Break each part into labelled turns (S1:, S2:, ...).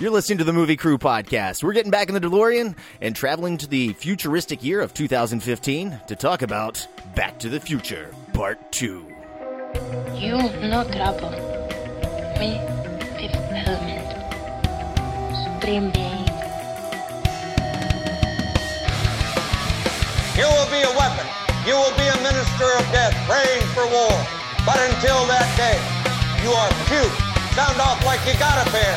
S1: You're listening to the Movie Crew podcast. We're getting back in the DeLorean and traveling to the futuristic year of 2015 to talk about Back to the Future Part 2.
S2: You no trouble. Me, fifth element. Supreme being.
S3: You will be a weapon. You will be a minister of death, praying for war. But until that day, you are cute. Sound off like you got a pair.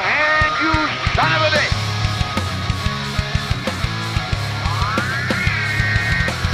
S4: hand, you son of a bitch.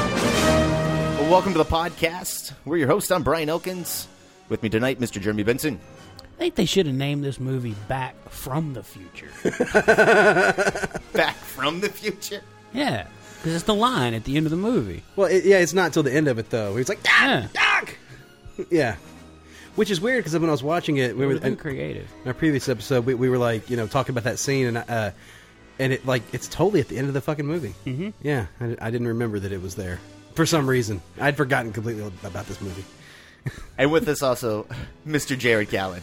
S1: Well, welcome to the podcast. We're your host. I'm Brian Elkins. With me tonight, Mr. Jeremy Benson.
S5: I think they should have named this movie Back from the Future.
S1: Back from the future.
S5: yeah, because it's the line at the end of the movie.
S6: Well, it, yeah, it's not till the end of it though. He's like, "Ah, "Doc,
S5: Yeah.
S6: Doc!" yeah, which is weird because when I was watching it, we were
S5: Would've been
S6: in
S5: creative.
S6: our previous episode, we, we were like, you know, talking about that scene, and uh, and it like it's totally at the end of the fucking movie. Mm-hmm. Yeah, I, I didn't remember that it was there for some reason. I'd forgotten completely about this movie.
S1: And with us also, Mr. Jared Gallen.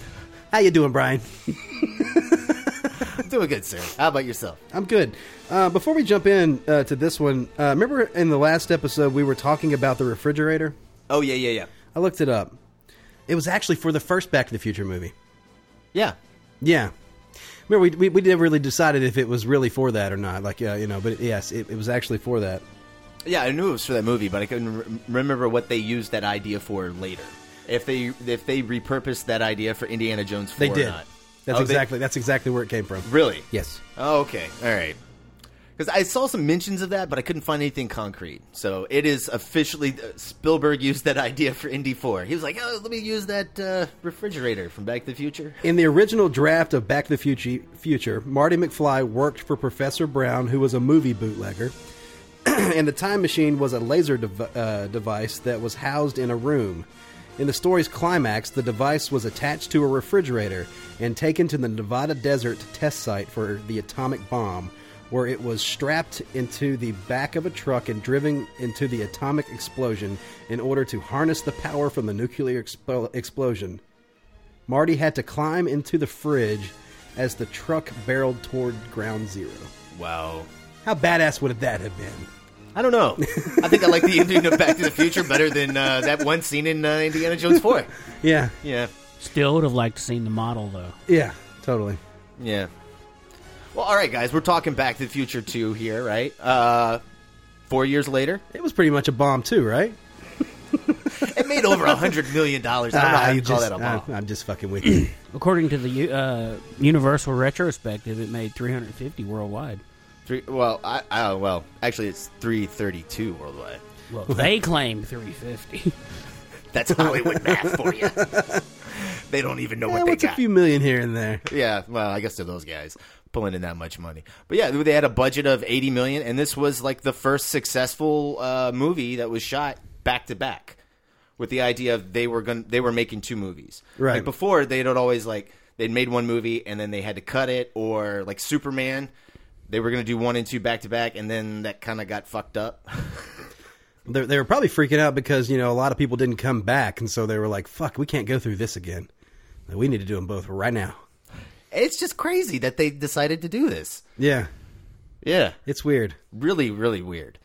S6: How you doing, Brian?
S1: Doing good, sir. How about yourself?
S6: I'm good. Uh, before we jump in uh, to this one, uh, remember in the last episode we were talking about the refrigerator.
S1: Oh, yeah, yeah, yeah.
S6: I looked it up. It was actually for the first Back to the Future movie.
S1: Yeah.
S6: Yeah. Remember, we, we, we never really decided if it was really for that or not. Like, uh, you know, but yes, it, it was actually for that.
S1: Yeah, I knew it was for that movie, but I couldn't re- remember what they used that idea for later. If they if they repurposed that idea for Indiana Jones 4
S6: They
S1: or
S6: did.
S1: not.
S6: That's
S1: Oh, they-
S6: exactly that's exactly where it came from.
S1: Really?
S6: Yes.
S1: Oh, okay. All right. Because I saw some mentions of that, but I couldn't find anything concrete. So it is officially uh, Spielberg used that idea for Indy Four. He was like, "Oh, let me use that uh, refrigerator from Back to the Future."
S6: In the original draft of Back to the Future, Future, Marty McFly worked for Professor Brown, who was a movie bootlegger, and the time machine was a laser dev- uh, device that was housed in a room. In the story's climax, the device was attached to a refrigerator and taken to the Nevada desert test site for the atomic bomb, where it was strapped into the back of a truck and driven into the atomic explosion in order to harness the power from the nuclear expo- explosion. Marty had to climb into the fridge as the truck barreled toward ground zero.
S1: Wow.
S6: How badass would that have been?
S1: I don't know. I think I like the ending of Back to the Future better than uh, that one scene in uh, Indiana Jones Four.
S6: Yeah,
S1: Yeah.
S5: Still would have liked to seen the model though.
S6: yeah, totally.
S1: Yeah. Well, all right, guys. We're talking Back to the Future Two here, right? Uh, four years later,
S6: It was pretty much a bomb too, right?
S1: it made over a hundred million dollars. I don't know how you
S6: I'm
S1: call
S6: Ah, just,
S1: that a bomb.
S6: I'm, I'm just fucking with you.
S5: According to the uh, Universal retrospective, it made 350 worldwide.
S1: Three, well, I, I well, actually, it's three thirty-two worldwide.
S5: Well, they claim 350.
S1: That's Hollywood math for you. They don't even know
S6: Eh,
S1: what they
S6: what's a
S1: got.
S6: few million here and there?
S1: yeah, well, I guess to those guys pulling in that much money. But yeah, they had a budget of eighty million, and this was like the first successful uh, movie that was shot back to back, with the idea of they were going they were making two movies.
S6: Right.
S1: Like before, they'd always like they'd made one movie and then they had to cut it, or like Superman. They were going to do one and two back to back, and then that kind of got fucked up.
S6: They they were probably freaking out because you know a lot of people didn't come back, and so they were like, "Fuck, we can't go through this again. We need to do them both right now."
S1: it's just crazy that they decided to do this.
S6: Yeah,
S1: Yeah,
S6: it's weird.
S1: really, really weird.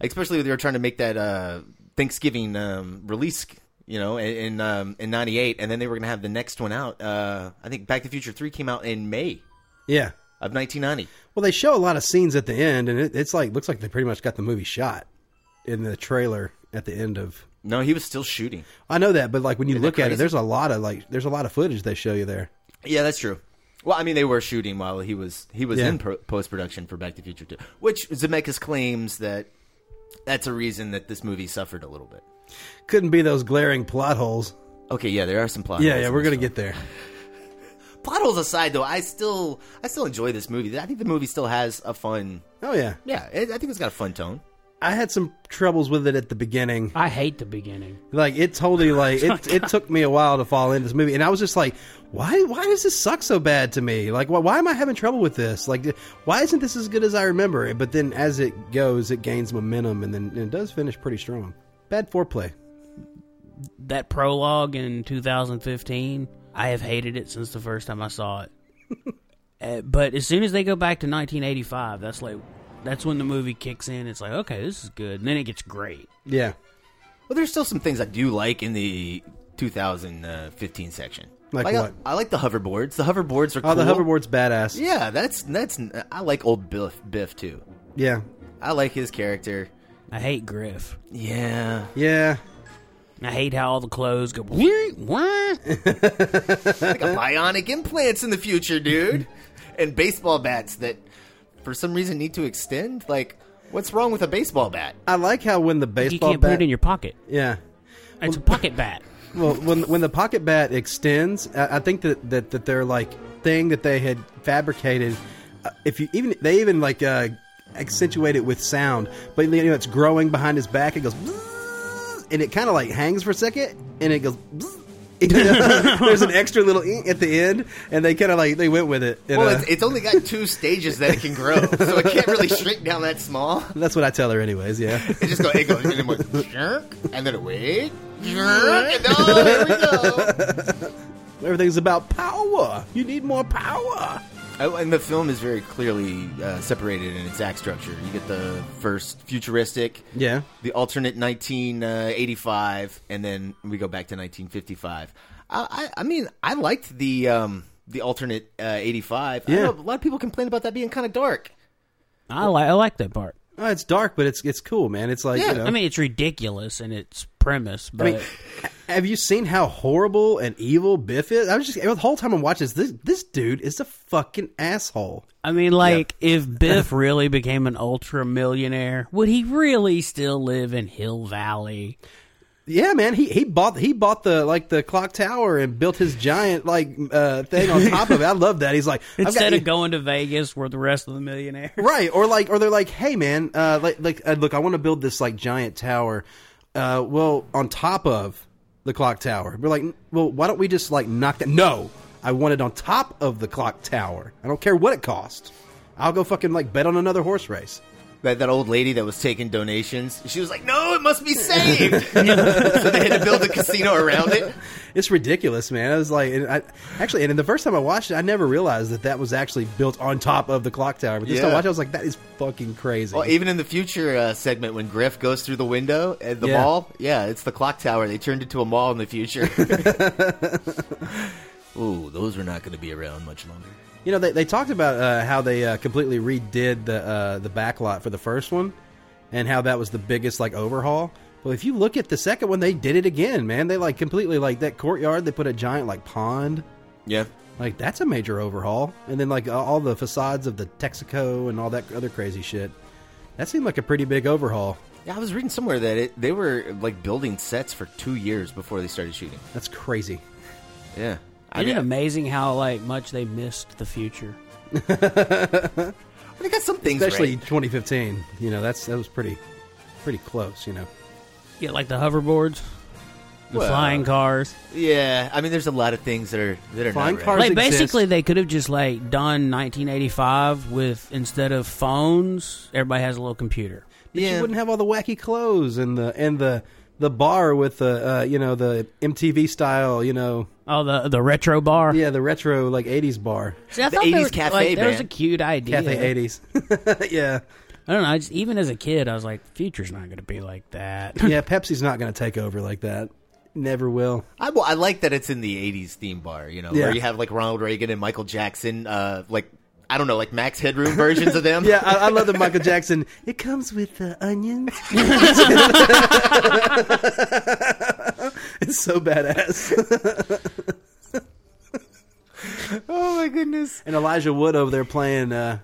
S1: Especially when they were trying to make that uh, Thanksgiving um, release, you know, in in, um, in '98, and then they were going to have the next one out. Uh, I think Back to the Future Three came out in May
S6: Yeah.
S1: of 1990.
S6: Well, they show a lot of scenes at the end, and it, it's like looks like they pretty much got the movie shot in the trailer at the end of.
S1: No, he was still shooting.
S6: I know that, but like when you
S1: Isn't that
S6: look at it,
S1: crazy?
S6: there's a lot of like there's a lot of footage they show you there.
S1: Yeah, that's true. Well, I mean, they were shooting while he was he was
S6: Yeah.
S1: in pro- post production for Back to the Future Two, which Zemeckis claims that that's a reason that this movie suffered a little bit.
S6: Couldn't be those glaring plot holes.
S1: Okay, yeah, there are some plot.
S6: Yeah,
S1: holes
S6: yeah,
S1: in
S6: we're
S1: this
S6: gonna
S1: film.
S6: get there.
S1: plot holes aside, though. I still I still enjoy this movie. I think the movie still has a fun.
S6: Oh yeah,
S1: Yeah, it, I think it's got a fun tone.
S6: I had some troubles with it at the beginning.
S5: I hate the beginning.
S6: Like it totally
S5: Oh
S6: like it, it took me a while to fall into this movie, and I was just like, why why does this suck so bad to me? Like why, why am I having trouble with this? Like why isn't this as good as I remember? it? But then as it goes, it gains momentum, and then and it does finish pretty strong. Bad foreplay.
S5: That prologue in 2015, I have hated it since the first time I saw it. Uh, but as soon as they go back to 1985, that's like that's when the movie kicks in. It's like, okay, this is good. And then it gets great.
S6: Yeah,
S1: Well, there's still some things I do like in the 2015 section.
S6: Like
S1: I-
S6: what?
S1: I, like the hoverboards. The hoverboards are cool.
S6: oh the hoverboard's badass.
S1: Yeah, that's that's. I like old Biff Biff too.
S6: yeah,
S1: I like his character.
S5: I hate Griff.
S1: Yeah,
S6: yeah.
S5: I hate how all the clothes go. "Wee, wah."
S1: like a bionic implants in the future, dude, and baseball bats that for some reason need to extend. Like, what's wrong with a baseball bat?
S6: I like how when the
S5: You
S6: baseball
S5: can't
S6: bat,
S5: put it in your pocket.
S6: yeah.
S5: It's a pocket bat.
S6: Well, when when the pocket bat extends, I, I think that, that that their like thing that they had fabricated, uh, if you even they even like uh, accentuate it with sound, but you know it's growing behind his back. It goes, "Bzzz," and it kind of like hangs for a second, and it goes. "Bzzz." You know, There's an extra little "ing" at the end, and they kind of like they went with it. and,
S1: Well,
S6: uh,
S1: it's, it's only got two stages that it can grow, so it can't really shrink down that small.
S6: that's what I tell her, anyways. Yeah,
S1: It just go, it goes, and then it goes, jerk, and then it wait, jerk, and oh, here we go.
S6: everything's about power. You need more power.
S1: Oh, and the film is very clearly uh, separated in its act structure. You get the first futuristic,
S6: Yeah.
S1: the alternate 1985, and then we go back to 1955. I, I, I mean, I liked the um, the alternate uh, 85. I
S6: Yeah.
S1: know a lot of people complain about that being kind of dark.
S5: I like I like that part.
S6: Oh, it's dark, but it's it's cool, man. It's like you know.
S5: I mean, it's ridiculous in its premise, but
S6: mean, Have you seen how horrible and evil Biff is? I was just the whole time I'm watching this. This, this dude is a fucking asshole.
S5: I mean, like, if Biff really became an ultra millionaire, would he really still live in Hill Valley?
S6: Yeah, man. He he bought he bought the like the clock tower and built his giant like uh, thing on top of it. I love that. He's like I've got-
S5: Instead of going to Vegas where the rest of the millionaires.
S6: right or like or they're like, hey man, uh, like like uh, look, I want to build this like giant tower. Uh, well, on top of the clock tower, we're like, well, why don't we just like knock that? No, I want it on top of the clock tower. I don't care what it costs. I'll go fucking like bet on another horse race.
S1: That, that old lady that was taking donations, she was like, "No, it must be saved." so they had to build a casino around it.
S6: It's ridiculous, man. I was like, and I, actually, and the first time I watched it, I never realized that that was actually built on top of the clock tower. But this time I
S1: Yeah.
S6: watched, it, I was like, that is fucking crazy.
S1: Well, Oh, even in the future uh, segment, when Griff goes through the window at the
S6: Yeah.
S1: mall, yeah, it's the clock tower. They turned it to a mall in the future. Ooh, those are not going to be around much longer.
S6: you know, they, they talked about uh, how they uh, completely redid the uh, the back lot for the first one, and how that was the biggest like overhaul. Well, if you look at the second one, they did it again, man. They like completely like that courtyard. They put a giant like pond.
S1: Yeah.
S6: Like that's a major overhaul, and then like all the facades of the Texaco and all that other crazy shit. That seemed like a pretty big overhaul.
S1: Yeah, I was reading somewhere that it, they were like building sets for two years before they started shooting.
S6: That's crazy.
S1: Yeah. I
S5: Isn't
S1: mean,
S5: it amazing how like much they missed the future?
S1: they got some things
S6: especially
S1: right.
S6: 2015. You know, that's that was pretty pretty close. You know,
S5: Yeah, like the hoverboards. the
S1: Well,
S5: flying cars.
S1: Yeah, I mean, there's a lot of things that are that are
S6: Flying
S1: not
S6: cars
S1: right.
S5: Like
S6: exist.
S5: basically, they could have just like done 1985 with instead of phones, everybody has a little computer.
S6: But
S1: Yeah.
S6: you wouldn't have all the wacky clothes and the and the the bar with the uh, you know the MTV style you know
S5: Oh, the the retro bar.
S6: yeah the retro like 80s bar
S5: See, I
S1: The
S5: thought they
S1: 80s
S5: were-
S1: cafe,
S5: like, That was
S1: man.
S5: a cute idea.
S6: cafe 80s yeah
S5: I don't know. I just, even as a kid, I was like, "Future's not going to be like that."
S6: yeah Pepsi's not going to take over like that never will
S1: I, well, I like that it's in the '80s theme bar. You know,
S6: Yeah.
S1: where you have like Ronald Reagan and Michael Jackson, uh, like I don't know, like Max Headroom versions of them.
S6: yeah I, I love the Michael Jackson it comes with uh, onions it's so badass
S1: Oh my goodness.
S6: and Elijah Wood over there playing uh,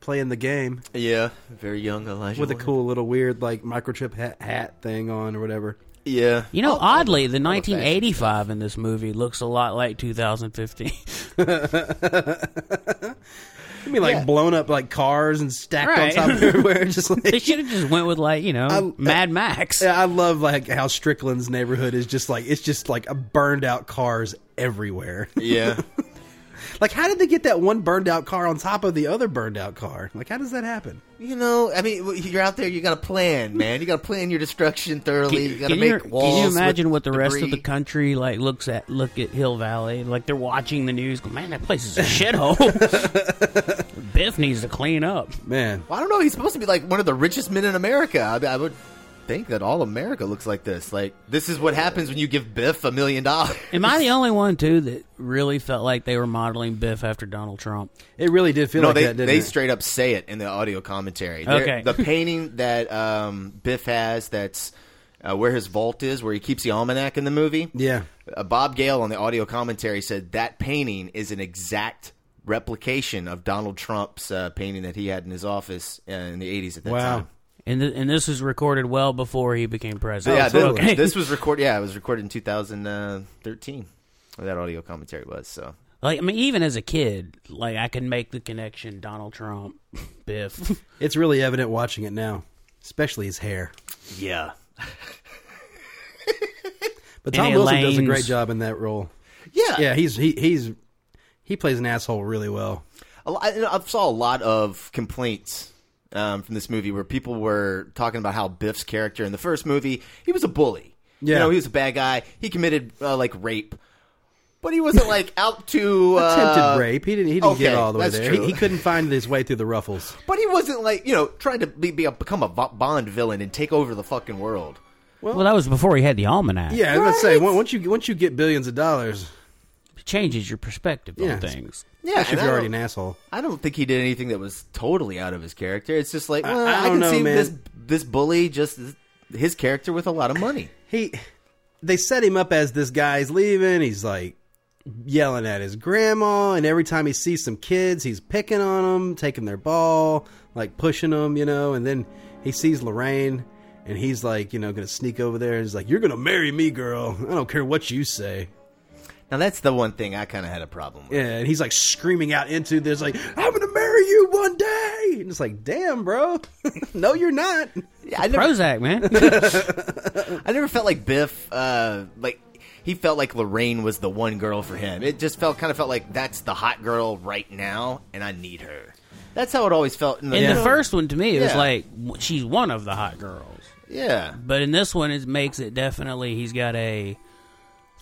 S6: playing the game
S1: Yeah, very young Elijah
S6: with a
S1: Wood.
S6: cool little weird like microchip hat, hat thing on or whatever
S1: Yeah,
S5: You know, oddly, the
S1: all the fashion
S5: 1985 in this movie looks a lot like 2015.
S6: I mean, like
S1: Yeah.
S6: blown up like cars and stacked
S5: Right.
S6: on top of everywhere. Just like
S5: they should have just went with like you know Mad Max.
S6: Yeah, I love like how Strickland's neighborhood is just like it's just like a burned out cars everywhere.
S1: yeah.
S6: like, how did they get that one burned out car on top of the other burned out car? Like, how does that happen?
S1: you know, I mean, you're out there. You got to plan, man. You got to plan your destruction thoroughly. you got to
S5: Can
S1: make
S5: you, can you
S1: walls.
S5: imagine
S1: with
S5: what the rest of the
S1: debris.
S5: country like looks at? Look at Hill Valley, like they're watching the news. Go, man, that place is a shithole. Biff needs to clean up.
S6: Man,
S1: Well, I don't know. He's supposed to be like one of the richest men in America. I, I would think that all America looks like this. Like this is what happens when you give Biff a million dollars.
S5: Am I the only one too that really felt like they were modeling Biff after Donald Trump?
S6: it really did feel
S1: No,
S6: like
S1: they
S6: that. Didn't
S1: they
S6: it?
S1: straight up say it in the audio commentary. They're-
S5: Okay.
S1: the painting that um, Biff has that's uh, where his vault is, where he keeps the almanac in the movie.
S6: yeah,
S1: Uh, Bob Gale on the audio commentary said that painting is an exact replication of Donald Trump's uh, painting that he had in his office uh, in the 80s at that
S6: Wow.
S1: time.
S5: And th- and this was recorded well before he became president.
S1: yeah, this,
S6: Oh, totally.
S5: okay.
S1: this was recorded. Yeah, it was recorded in 2013. Where that audio commentary was so.
S5: Like I mean, even as a kid, like I can make the connection Donald Trump, Biff.
S6: it's really evident watching it now, especially his hair.
S1: Yeah,
S6: But
S5: And
S6: Tom Wilson does a
S5: Elaine's-
S6: great job in that role.
S1: yeah,
S6: Yeah, he's he, he's he plays an asshole really well.
S1: A lot, I I saw a lot of complaints um, from this movie where people were talking about how Biff's character in the first movie he was a bully.
S6: Yeah.
S1: You know, he was a bad guy. He committed uh, like rape, but he wasn't like out to uh,
S6: Attempted rape. He didn't. He didn't get
S1: okay,
S6: all the way
S1: that's
S6: there. He,
S1: true.
S6: he couldn't find his way through the ruffles.
S1: But he wasn't like you know trying to be, be a, become a Bo- Bond villain and take over the fucking world.
S5: well, that was before he had the almanac.
S6: Yeah, let's say on- once you once you get billions of dollars,
S5: It changes your perspective
S6: Yeah.
S5: on things.
S1: Yeah,
S6: especially
S1: and
S6: if you're
S1: I
S6: already an
S1: don't-
S6: asshole.
S1: I don't think he did anything that was totally out of his character. It's just like
S6: I-
S1: well,
S6: I
S1: I,
S6: don't
S1: can
S6: know,
S1: see
S6: man.
S1: this this bully just his character with a lot of money.
S6: He, they set him up as this guy's leaving. He's like yelling at his grandma, and every time he sees some kids, he's picking on them, taking their ball, like pushing them, you know. And then he sees Lorraine, and he's like, you know, gonna sneak over there, and he's like, "You're gonna marry me, girl. I don't care what you say."
S1: Now that's the one thing I kind of had a problem with.
S6: And he's like screaming out into this, like, "I'm gonna marry you one day." And it's like, "Damn, bro, no, you're not."
S1: Yeah, I never,
S5: Prozac, man.
S1: I never felt like Biff, uh, like he felt like Lorraine was the one girl for him. It just felt kind of felt like that's the hot girl right now, and I need her. That's how it always felt in the,
S5: In the first one, to me, it was
S1: Yeah.
S5: like w- she's one of the hot girls.
S1: Yeah,
S5: But in this one, it makes it definitely he's got a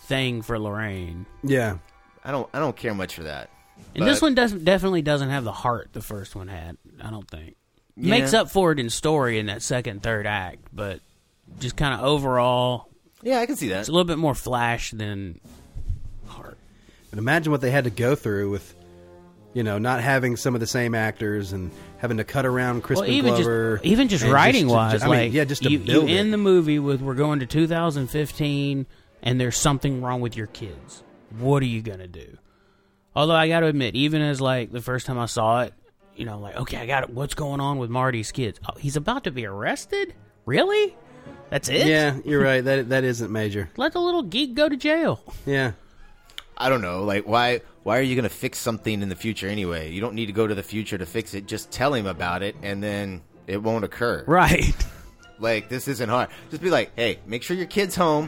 S5: thing for Lorraine.
S6: Yeah.
S1: I don't, I don't care much for that.
S5: And this one doesn't definitely doesn't have the heart the first one had. I don't think makes up for it in story in that second third act, but just kind of overall,
S1: Yeah, I can see
S5: it's
S1: that.
S5: a little bit more flash than heart.
S6: But imagine what they had to go through with, you know, not having some of the same actors and having to cut around Crispin
S5: Well, even
S6: Glover.
S5: just even just
S6: and
S5: writing
S6: to-
S5: wise,
S6: I mean,
S5: like
S6: yeah, just to
S5: you,
S6: build
S5: you
S6: it.
S5: end the movie with we're going to 2015, and there's something wrong with your kids. What are you gonna do? Although I got to admit, even as like the first time I saw it, you know, like okay, I got it. What's going on with Marty's kids? Oh, he's about to be arrested. Really? That's it?
S6: yeah, you're right. That that isn't major.
S5: Let the little geek go to jail.
S6: Yeah,
S1: I don't know, like why, why are you going to fix something in the future anyway? You don't need to go to the future to fix it. Just tell him about it, and then it won't occur.
S5: Right.
S1: Like this isn't hard. Just be like, hey, make sure your kid's home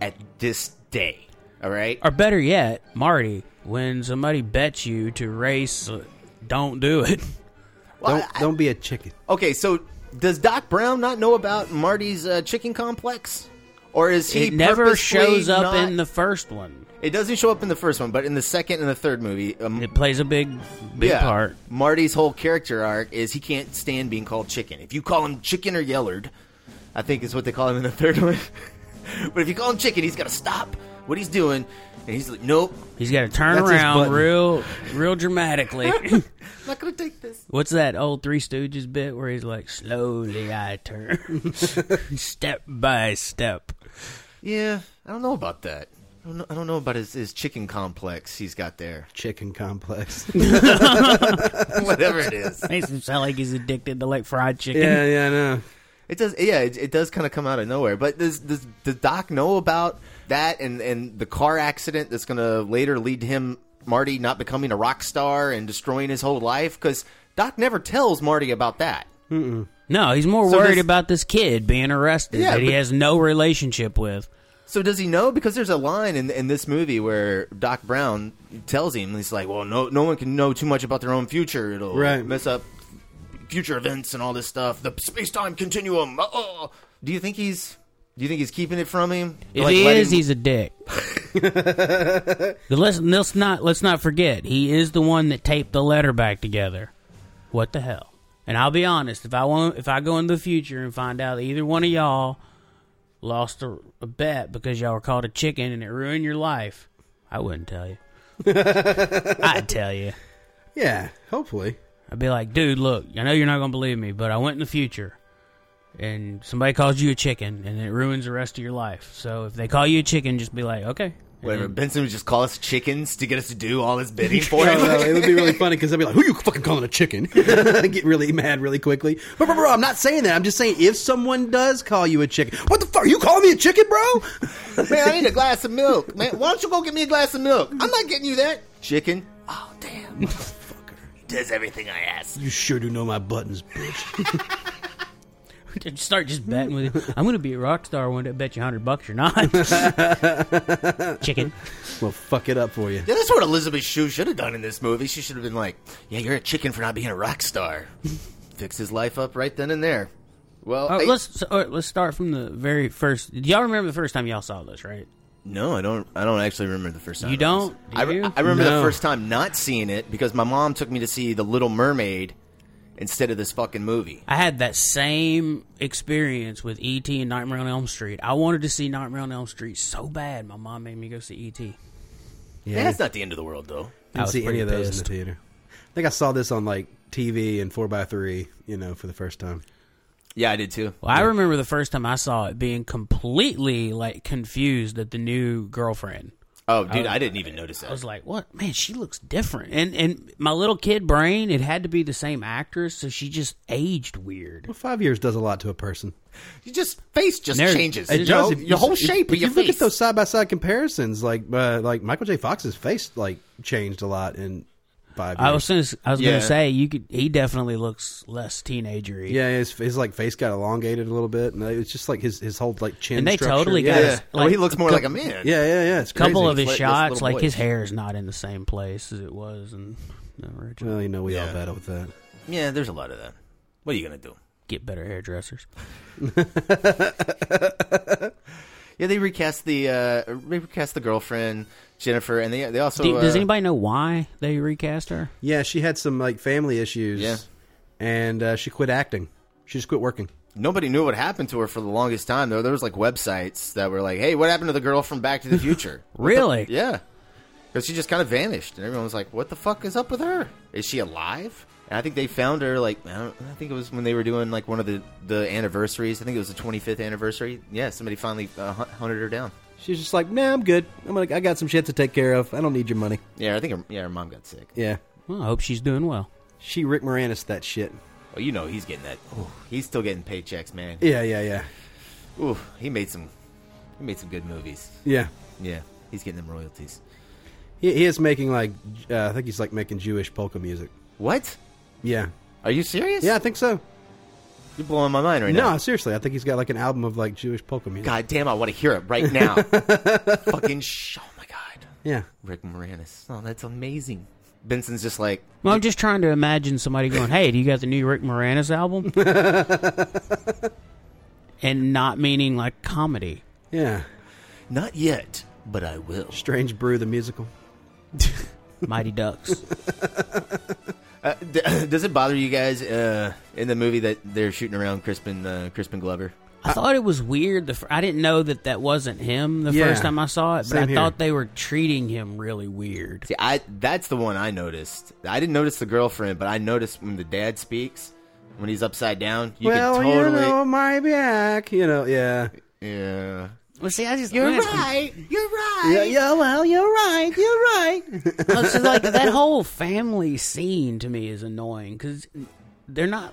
S1: at this day. All right.
S5: Or better yet, Marty, when somebody bets you to race, uh, don't do it.
S6: Don't don't be a chicken.
S1: Okay, so does Doc Brown not know about Marty's uh, chicken complex? Or is he
S5: it never
S1: purposely
S5: shows up
S1: not-
S5: in the first one.
S1: It doesn't show up in the first one, but in the second and the third movie, um,
S5: It plays a big, big
S1: yeah,
S5: part.
S1: Marty's whole character arc is he can't stand being called chicken. If you call him chicken or yellard, I think is what they call him in the third one. but if you call him chicken, he's got to stop what he's doing, and he's like, nope,
S5: He's got to turn
S1: That's his
S5: around
S1: button.
S5: real, real dramatically.
S1: I'm not gonna take this.
S5: What's that old Three Stooges bit where he's like, "Slowly I turn, step by step."
S1: Yeah, I don't know about that. I don't know, I don't know about his, his chicken complex he's got there.
S6: Chicken complex.
S1: Whatever it is.
S5: Makes him sound like he's addicted to like fried chicken.
S6: yeah, yeah, I know.
S1: It does, yeah. It, it does kind of come out of nowhere. But does, does does Doc know about that and and the car accident that's going to later lead to him Marty not becoming a rock star and destroying his whole life? Because Doc never tells Marty about that.
S5: No, he's more
S1: So
S5: worried
S1: this-
S5: about this kid being arrested
S1: Yeah,
S5: that he
S1: but-
S5: has no relationship with.
S1: So does he know? Because there's a line in in this movie where Doc Brown tells him he's like, "Well, no no one can know too much about their own future. It'll
S6: Right.
S1: mess up future events and all this stuff. The space time continuum." Uh-oh. Do you think he's do you think he's keeping it from him?
S5: If
S1: Like,
S5: he
S1: letting-
S5: is, he's a dick. But let's let's not let's not forget he is the one that taped the letter back together. What the hell? And I'll be honest, if I want if I go into the future and find out that either one of y'all lost a, a bet because y'all were called a chicken and it ruined your life, I wouldn't tell you. I'd tell you.
S6: Yeah, hopefully.
S5: I'd be like, dude, look, I know you're not gonna believe me, but I went in the future, and somebody calls you a chicken, and it ruins the rest of your life. So if they call you a chicken, just be like, okay, And
S1: Whatever.
S5: then-
S1: Benson would just call us chickens to get us to do all this bidding for
S6: No,
S1: him.
S6: no, it would be really funny because I'd be like, "Who you fucking calling a chicken?" I get really mad really quickly. But bro, bro, I'm not saying that. I'm just saying if someone does call you a chicken, what the fuck? Are you calling me a chicken, bro?
S1: man, I need a glass of milk. Man, why don't you go get me a glass of milk? I'm not getting you that. Chicken. Oh, damn. He does everything I ask.
S6: You sure do know my buttons, bitch.
S5: start just betting with you. I'm gonna be a rock star one day. Bet you hundred bucks you're not. chicken.
S6: well, fuck it up for you.
S1: Yeah, that's what Elizabeth Shue should have done in this movie. She should have been like, yeah, you're a chicken for not being a rock star. Fix his life up right then and there. Well,
S5: All
S1: I-
S5: right, Uh, let's so, all right, let's start from the very first. Do y'all remember the first time y'all saw this, right?
S1: no, I don't. I don't actually remember the first time.
S5: You
S1: I was-
S5: don't? Do
S1: I, re-
S5: you?
S1: I remember
S6: No.
S1: the first time not seeing it because my mom took me to see The Little Mermaid instead of this fucking movie.
S5: I had that same experience with ET and Nightmare on Elm Street. I wanted to see Nightmare on Elm Street so bad. My mom made me go see E ET.
S1: Yeah, that's not the end of the world though.
S5: I
S6: Didn't
S5: was
S6: see any
S5: pretty
S6: of those in
S5: pissed.
S6: the theater. I think I saw this on like TV and 4x3, you know, for the first time.
S1: Yeah, I did too.
S5: Well, I remember the first time I saw it being completely like confused at the new girlfriend.
S1: Oh, dude, I, didn't even notice that.
S5: I was like, "What? Man, she looks different." And and my little kid brain, it had to be the same actress, so she just aged weird.
S6: Well, five years does a lot to a person.
S1: you just face just
S5: There-
S1: changes.
S5: it
S1: you
S5: does.
S1: know?
S6: If you-
S1: your whole
S6: if-
S1: shape
S6: If,
S1: of your
S6: you
S1: face.
S6: look at those side by side comparisons, like uh, like Michael J. Fox's face, like changed a lot in five years.
S5: I was gonna, s- I was
S1: Yeah.
S5: gonna say you could. He definitely looks less teenagery.
S6: yeah, his, his like face got elongated a little bit, and uh, it's just like his his whole like chin.
S5: And they
S6: structure.
S5: totally
S6: yeah.
S5: got
S1: yeah.
S5: his-
S1: well,
S5: like,
S1: he looks more
S5: a
S1: like a man.
S6: yeah, yeah, yeah. It's
S5: a couple
S6: crazy.
S5: of his
S1: Like this
S5: shots,
S1: little
S5: like
S1: boy.
S5: his hair is not in the same place as it was in the original.
S6: Well, you know, we all
S1: Yeah.
S6: battle with that.
S1: Yeah, there's a lot of that. What are you gonna do?
S5: Get better hairdressers.
S1: Yeah, they recast the uh, they recast the girlfriend Jennifer, and they they also
S5: Do, does
S1: uh,
S5: anybody know why they recast her?
S6: Yeah, she had some like family issues.
S1: Yeah.
S6: and uh, she quit acting. She just quit working.
S1: nobody knew what happened to her for the longest time. Though there was like websites that were like, "Hey, what happened to the girl from Back to the Future?"
S5: Really?
S1: yeah, because she just kind of vanished, and everyone was like, "What the fuck is up with her? Is she alive?" And I think they found her like I, don't, I think it was when they were doing like one of the the anniversaries. I think it was the 25th anniversary. Yeah, somebody finally uh, hun- hunted her down.
S6: She's just like, nah, I'm good. I'm gonna, I got some shit to take care of. I don't need your money.
S1: Yeah, I think her, yeah her mom got sick.
S6: Yeah,
S5: Well, I hope she's doing well.
S6: she Rick Moranis that shit.
S1: Well, you know he's getting that. Oh, he's still getting paychecks, man.
S6: Yeah, yeah, yeah,
S1: Ooh, he made some he made some good movies.
S6: yeah.
S1: Yeah, he's getting them royalties.
S6: He, he is making like, uh, I think he's like making Jewish polka music.
S1: What?
S6: Yeah,
S1: Are you serious?
S6: yeah, I think so.
S1: You're blowing my mind right now.
S6: No, seriously, I think he's got like an album of like Jewish polka music.
S1: God damn, I want to hear it right now. Fucking sh- oh my god.
S6: Yeah.
S1: Rick Moranis. Oh, that's amazing. Benson's just like,
S5: Well, I'm just trying to imagine somebody going, "Hey, do you got the new Rick Moranis album?" and not meaning like comedy.
S6: Yeah.
S1: not yet, but I will.
S6: Strange Brew the musical.
S5: Mighty Ducks.
S1: Uh, d- does it bother you guys uh, in the movie that they're shooting around Crispin uh, Crispin Glover?
S5: I thought it was weird. The fir- I didn't know that that wasn't him the
S6: Yeah.
S5: first time I saw it, but
S6: Same
S5: I
S6: here.
S5: thought they were treating him really weird.
S1: See, I that's the one I noticed. I didn't notice the girlfriend, but I noticed when the dad speaks, when he's upside down, you
S6: well,
S1: can totally.
S6: you know my back. You know, yeah.
S1: Yeah.
S5: Well, see, I just you're right. You're right.
S6: Yeah, yeah, well, you're right. You're right.
S5: I was just like that whole family scene to me is annoying because they're not.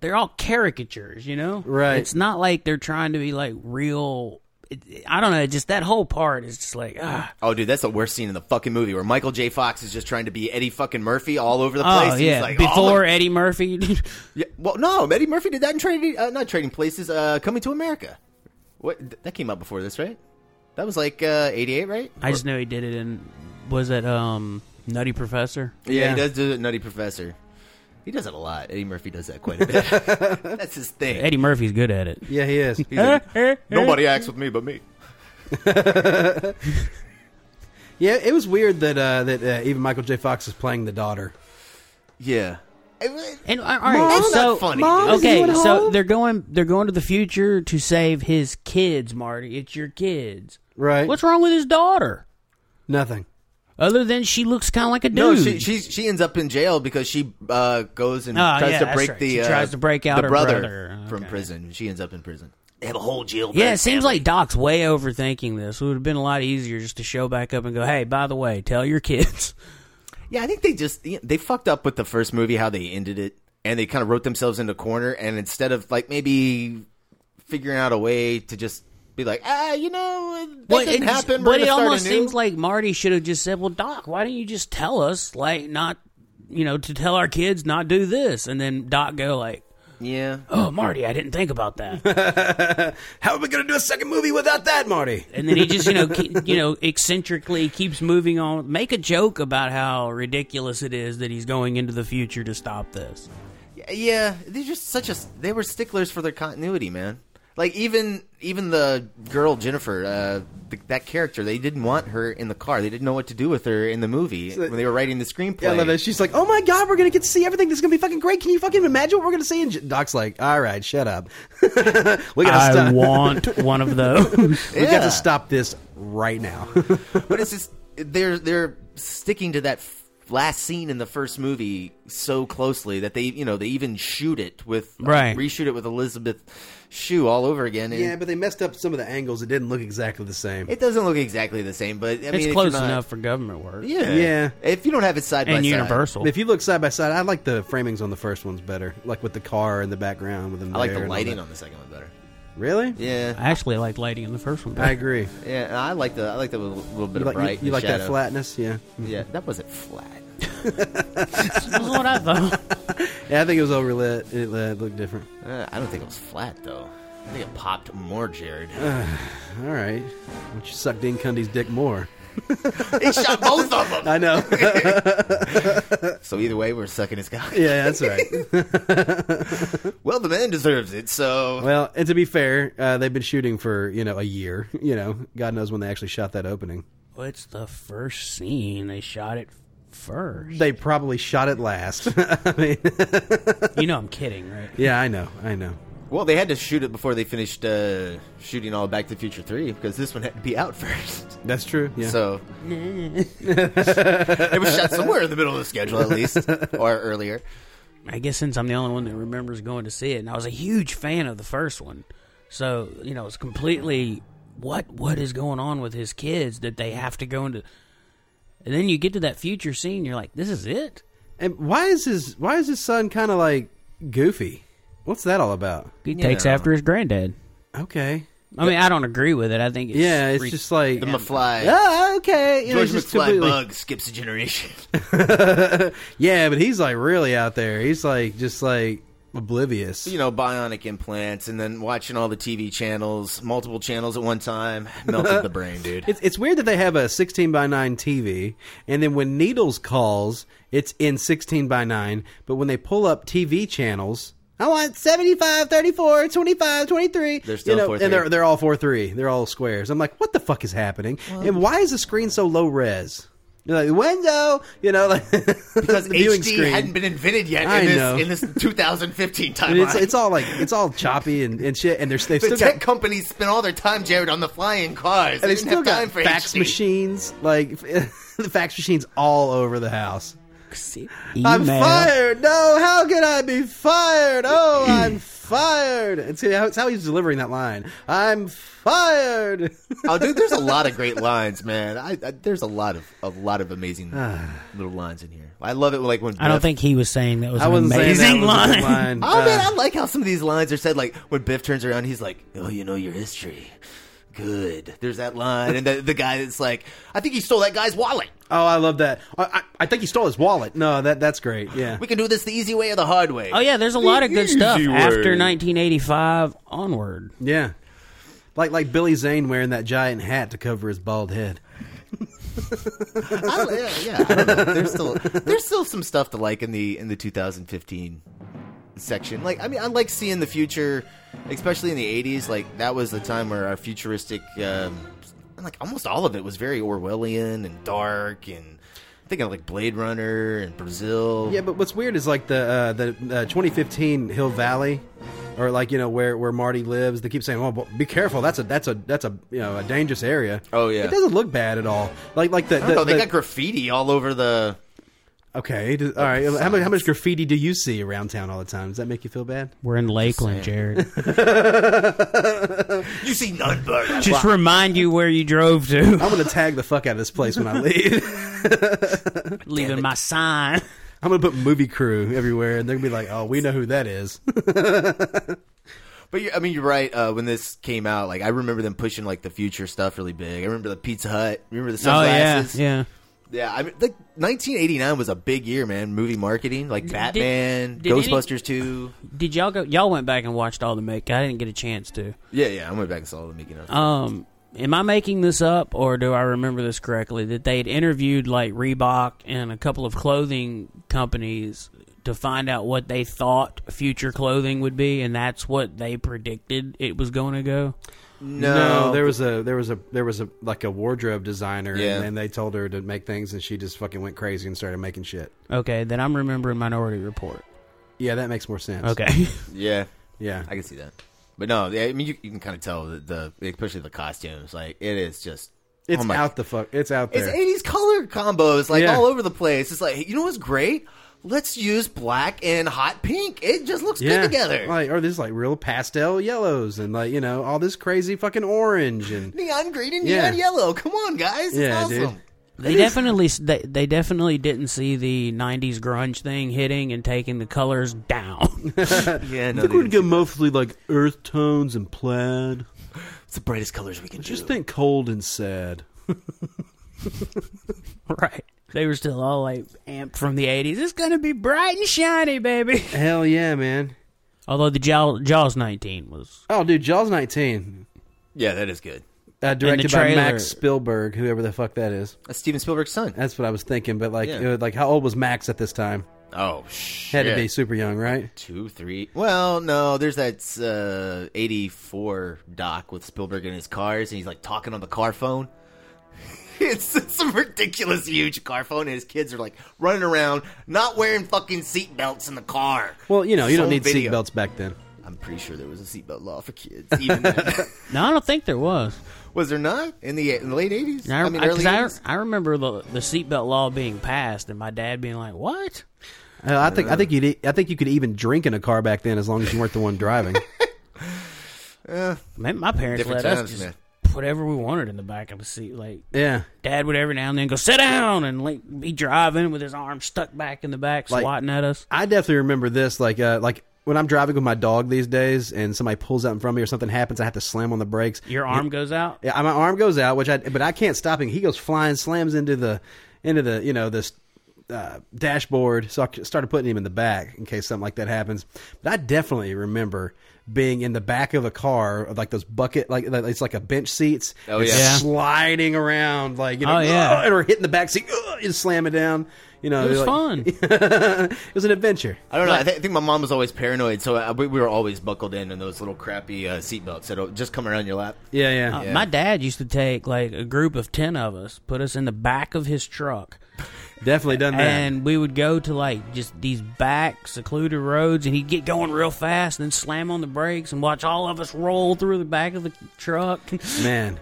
S5: They're all caricatures, you know.
S6: Right.
S5: It's not like they're trying to be like real. It, I don't know. Just that whole part is just like ah.
S1: Oh, dude, that's the worst scene in the fucking movie where Michael J. Fox is just trying to be Eddie fucking Murphy all over the place.
S5: Oh
S1: and he's
S5: yeah.
S1: like, oh,
S5: Before
S1: look-
S5: Eddie Murphy,
S1: yeah, well, no, Eddie Murphy did that in Trading, uh, not Trading Places, uh, Coming to America. What th- that came out before this, right? That was like uh, '88, right?
S5: I just know he did it in. Was it um Nutty Professor?
S1: Yeah,
S6: Yeah.
S1: he does do it, Nutty Professor. He does it a lot. Eddie Murphy does that quite a bit. That's his thing.
S5: Eddie Murphy's good at it.
S6: yeah, he is.
S1: He's like, Nobody acts with me but me.
S6: Yeah, it was weird that uh, that uh, even Michael J. Fox is playing the daughter.
S1: Yeah.
S5: And all right,
S1: Mom,
S5: so
S1: that's not funny. Mom, is
S5: okay,
S1: you at
S5: so
S1: home?
S5: they're going they're going to the future to save his kids, Marty. It's your kids.
S6: Right.
S5: What's wrong with his daughter?
S6: Nothing.
S5: Other than she looks kind of like a dude.
S1: No, she, she she ends up in jail because she uh, goes and
S5: Oh,
S1: tries
S5: yeah,
S1: to
S5: that's
S1: break
S5: right.
S1: the
S5: She
S1: uh,
S5: tries to break out
S1: the
S5: her
S1: brother,
S5: brother.
S1: from
S5: Okay.
S1: prison. She ends up in prison. They have a whole jail.
S5: yeah,
S1: break.
S5: it seems like Doc's way overthinking this. It would have been a lot easier just to show back up and go, "Hey, by the way, tell your kids."
S1: yeah. I think they just they fucked up with the first movie how they ended it, and they kind of wrote themselves into a corner. And instead of like maybe figuring out a way to just be like, ah, you know, that didn't
S5: it,
S1: happen. we're
S5: But
S1: gonna
S5: it
S1: start
S5: almost
S1: anew.
S5: seems like Marty should have just said, "Well, Doc, why don't you just tell us, like, not, you know, to tell our kids not do this?" And then Doc go like,
S1: yeah.
S5: "Oh, Marty, I didn't think about that."
S6: How are we going to do a second movie without that, Marty?
S5: and then he just you know ke you know eccentrically keeps moving on make a joke about how ridiculous it is that he's going into the future to stop this
S1: Yeah, they're just such a. They were sticklers for their continuity, man. Like even even the girl Jennifer, uh, th that character, they didn't want her in the car. They didn't know what to do with her in the movie when they were writing the screenplay.
S6: Yeah, I love it. She's like, "Oh my god, we're gonna get to see everything. This is gonna be fucking great. Can you fucking imagine what we're gonna see?" And J- Doc's like, "All right, shut up. we gotta
S5: i
S6: stop.
S5: want one of those
S6: we got
S1: Yeah.
S6: to stop this right now."
S1: But it's just they're they're sticking to that f- last scene in the first movie so closely that they you know they even shoot it with
S5: Right.
S1: reshoot it with Elizabeth Shue all over again. and
S6: yeah, but they messed up some of the angles. It didn't look exactly the same.
S1: it doesn't look exactly the same. But I mean, if
S5: it's
S1: you're
S5: close
S1: not-
S5: enough for government work
S1: Yeah,
S6: Yeah. uh,
S1: If you don't have it side by
S5: and
S1: side,
S5: universal
S6: If you look side by side, I like the framings on the first ones better, like with the car in the background with them.
S1: I like
S6: there
S1: the
S6: and all
S1: lighting
S6: that.
S1: on the second one better.
S6: Really?
S1: Yeah,
S5: i actually liked lighting in the first one
S6: I agree. You
S1: yeah. and I like the I like the little, little bit of
S6: like, you-
S1: bright.
S6: you,
S1: and
S6: like that
S1: shadow.
S6: flatness? Yeah.
S1: Yeah, that wasn't flat.
S5: that's what i thought
S6: Yeah, I think it was overlit. It uh, looked different.
S1: Uh, I don't think it was flat though. I think it popped more, Jared.
S6: All right. Why don't you suck Dean Cundy's dick more?
S1: he shot both of them.
S6: I know.
S1: So either way, we're sucking his cock.
S6: yeah, that's right.
S1: Well, the man deserves it. So
S6: Well, and to be fair, uh, they've been shooting for you know a year. You know, God knows when they actually shot that opening.
S5: what's the first scene they shot it first
S6: They probably shot it last. I mean,
S5: you know i'm kidding right
S6: yeah, I know, I know.
S1: well, they had to shoot it before they finished uh, shooting all Back to the Future Three because this one had to be out first.
S6: That's true. Yeah.
S1: So it was shot somewhere in the middle of the schedule, at least, or earlier.
S5: I guess since I'm the only one that remembers going to see it, and I was a huge fan of the first one, so you know it's completely what what is going on with his kids that they have to go into, and then you get to that future scene, you're like, this is it.
S6: and why is his why is his son kind of like goofy? What's that all about?
S5: He takes after his granddad.
S6: Okay.
S5: I mean, I don't agree with it. I think it's
S6: Yeah, it's
S5: re-
S6: just like
S1: The McFly.
S6: Oh, okay. You know,
S1: George
S6: it's just
S1: McFly
S6: completely-
S1: bug skips a generation.
S6: Yeah, but he's like really out there. He's like just like oblivious.
S1: you know, bionic implants, and then watching all the TV channels, multiple channels at one time, melted the brain, dude.
S6: It's, it's weird that they have a 16 by 9 TV, and then when Needles calls, it's in 16 by 9, but when they pull up TV channels, I want 75, 34, 25, 23.
S1: They're still
S6: you know,
S1: 4:3.
S6: And they're, they're all 4 3. They're all squares. I'm like, what the fuck is happening? and why is the screen so low res? You're like, window, you know, like
S1: Because
S6: the viewing
S1: HD
S6: screen.
S1: hadn't been invented yet
S6: I
S1: in
S6: know.
S1: this, in this 2015 timeline.
S6: And it's, it's all like it's all choppy and, and shit, and they're, they've
S1: the
S6: still
S1: tech
S6: got
S1: companies spend all their time, Jared, on the flying cars.
S6: And
S1: they
S6: they
S1: didn't
S6: still
S1: have time
S6: got
S1: for
S6: fax
S1: HD.
S6: machines, like the fax machines all over the house. I'm
S5: Email.
S6: fired. No, how can I be fired? Oh, I'm fired. It's, it's how he's delivering that line. I'm fired.
S1: oh, dude, there's a lot of great lines, man. I, I, there's a lot of a lot of amazing little lines in here. I love it. Like when
S5: I don't
S1: Biff-
S5: think he was saying that was
S6: I
S5: an
S6: wasn't saying that
S5: amazing
S6: was a
S5: line.
S6: good line.
S1: Oh man, I
S6: Uh,
S1: like how some of these lines are said. Like when Biff turns around, he's like, "Oh, you know your history. Good." There's that line, and the, the guy that's like, "I think he stole that guy's wallet.
S6: oh, I love that. I, I, I think he stole his wallet. No, that that's great. Yeah.
S1: We can do this the easy way or the hard way."
S5: Oh yeah, there's a lot of good stuff
S1: Easy
S5: after
S1: word.
S5: 1985 onward.
S6: Yeah. Like like Billy Zane wearing that giant hat to cover his bald head.
S1: I don't- yeah, yeah. I don't know. There's still there's still some stuff to like in the in the 2015 section. Like, I mean, I like seeing the future, especially in the 80s. Like that was the time where our futuristic, um, like almost all of it was very Orwellian and dark and. I think of like Blade Runner and Brazil.
S6: Yeah, but what's weird is like the uh, the uh, 2015 Hill Valley, or like you know where where Marty lives. They keep saying, "Oh, but be careful! That's a that's a that's a you know a dangerous area."
S1: Oh, yeah.
S6: it doesn't look bad at all. Like like the,
S1: I don't know,
S6: the,
S1: they
S6: the-
S1: got graffiti all over the.
S6: okay. d- All right, how much how much graffiti do you see around town all the time? Does that make you feel bad?
S5: We're in Lakeland, Jared.
S1: You see none but
S5: Just remind you where you drove to.
S6: I'm gonna tag the fuck out of this place when I leave.
S5: Leaving my sign.
S6: I'm gonna put movie crew everywhere, and they're gonna be like, "Oh, we know who that is."
S1: But you, I mean, you're right. Uh, when this came out, like I remember them pushing like the future stuff really big. I remember the Pizza Hut. Remember the
S5: Oh yeah,
S1: sunglasses.
S5: yeah.
S1: Yeah, I mean, like 1989 was a big year, man. Movie marketing, like Batman,
S5: did any-
S1: Ghostbusters 2.
S5: Did y'all go? Y'all went back and watched all the make. I didn't get a chance to.
S1: Yeah, yeah, I went back and saw the making of.
S5: Um, am I making this up or do I remember this correctly? That they had interviewed like Reebok and a couple of clothing companies to find out what they thought future clothing would be, and that's what they predicted it was going to go.
S6: No, there was a there was a there was a like a wardrobe designer,
S1: Yeah.
S6: and, and they told her to make things, and she just fucking went crazy and started making shit.
S5: Okay, then I'm remembering Minority Report.
S6: Yeah, that makes more sense.
S5: Okay,
S1: yeah,
S6: Yeah.
S1: I can see that. But no, yeah, I mean, you, you can kind of tell the, the especially the costumes. Like it is just
S6: it's
S1: oh my-
S6: out the fuck. It's out
S1: It's
S6: there.
S1: 80s color combos, like
S6: Yeah.
S1: all over the place. It's like you know what's great? Let's use black and hot pink. It just looks good
S6: yeah.
S1: together.
S6: Like, or there's like real pastel yellows and like you know all this crazy fucking orange and
S1: neon green and
S6: Yeah.
S1: neon yellow. Come on, guys. It's
S6: Yeah,
S1: awesome.
S6: dude.
S5: they definitely s- they, they definitely didn't see the '90s grunge thing hitting and taking the colors down.
S1: Yeah, no,
S6: I think we're gonna
S1: dude,
S6: go mostly like earth tones and plaid.
S1: it's the brightest colors we can
S6: Just
S1: do.
S6: think cold and sad.
S5: right. They were still all like amped from the '80s. It's gonna be bright and shiny, baby.
S6: Hell yeah, man.
S5: Although the Jaw, Jaws 19 was
S6: Oh, dude, Jaws 19,
S1: Yeah, that is good.
S6: uh, directed by
S5: trailer-
S6: Max Spielberg, whoever the fuck that is.
S1: That's Steven Spielberg's son.
S6: That's what I was thinking. But like,
S1: Yeah.
S6: it was, like how old was Max at this time?
S1: Oh, shit.
S6: Had to be super young, right?
S1: Two, three. Well, no, there's that uh, 84 doc with Spielberg in his cars, and he's like talking on the car phone. it's, it's a ridiculous huge car phone, and his kids are like running around, not wearing fucking seatbelts in the car.
S6: Well, you know, you don't
S1: Some
S6: need
S1: video.
S6: seatbelts back then.
S1: I'm pretty sure there was a seatbelt law for kids. Even then.
S5: No, I don't think there was.
S1: was there not in the, in the late 80s?
S5: I, uh,
S1: I, mean, early 80s?
S5: 'cause I, I remember the the seatbelt law being passed, and my dad being like, "What?"
S6: Uh, I think I think you I think you could even drink in a car back then as long as you weren't the one driving.
S5: Man, my parents
S1: Different
S5: let
S1: times,
S5: us just
S1: man.
S5: put whatever we wanted in the back of the seat. Like
S6: yeah,
S5: dad would every now and then go sit down and like be driving with his arm stuck back in the back,
S6: Like-
S5: swatting at us.
S6: I definitely remember this. Like uh, like when I'm driving with my dog these days, and somebody pulls out in front of me or something happens, I have to slam on the brakes.
S5: Your arm goes out.
S6: Yeah, my arm goes out, which I but I can't stop him. He goes flying, slams into the into the you know this uh, dashboard, so I c- started putting him in the back in case something like that happens. But I definitely remember being in the back of a car, of like those bucket, like like- it's like a bench seats.
S1: Oh,
S6: and
S1: yeah.
S5: Yeah.
S6: sliding around, like you know,
S5: Oh, yeah.
S6: and or hitting the back seat "Ugh," and slam it down. You know,
S5: It was
S6: like-
S5: fun.
S6: it was an adventure.
S1: I don't know. I, th- I think my mom was always paranoid, so I, we, we were always buckled in in those little crappy uh, seatbelts that just come around your lap.
S6: Yeah, yeah.
S5: Uh, My dad used to take like a group of ten of us, put us in the back of his truck,
S6: Definitely done that.
S5: and we would go to like just these back secluded roads, and he'd get going real fast, and then slam on the brakes, and watch all of us roll through the back of the truck.
S6: Man,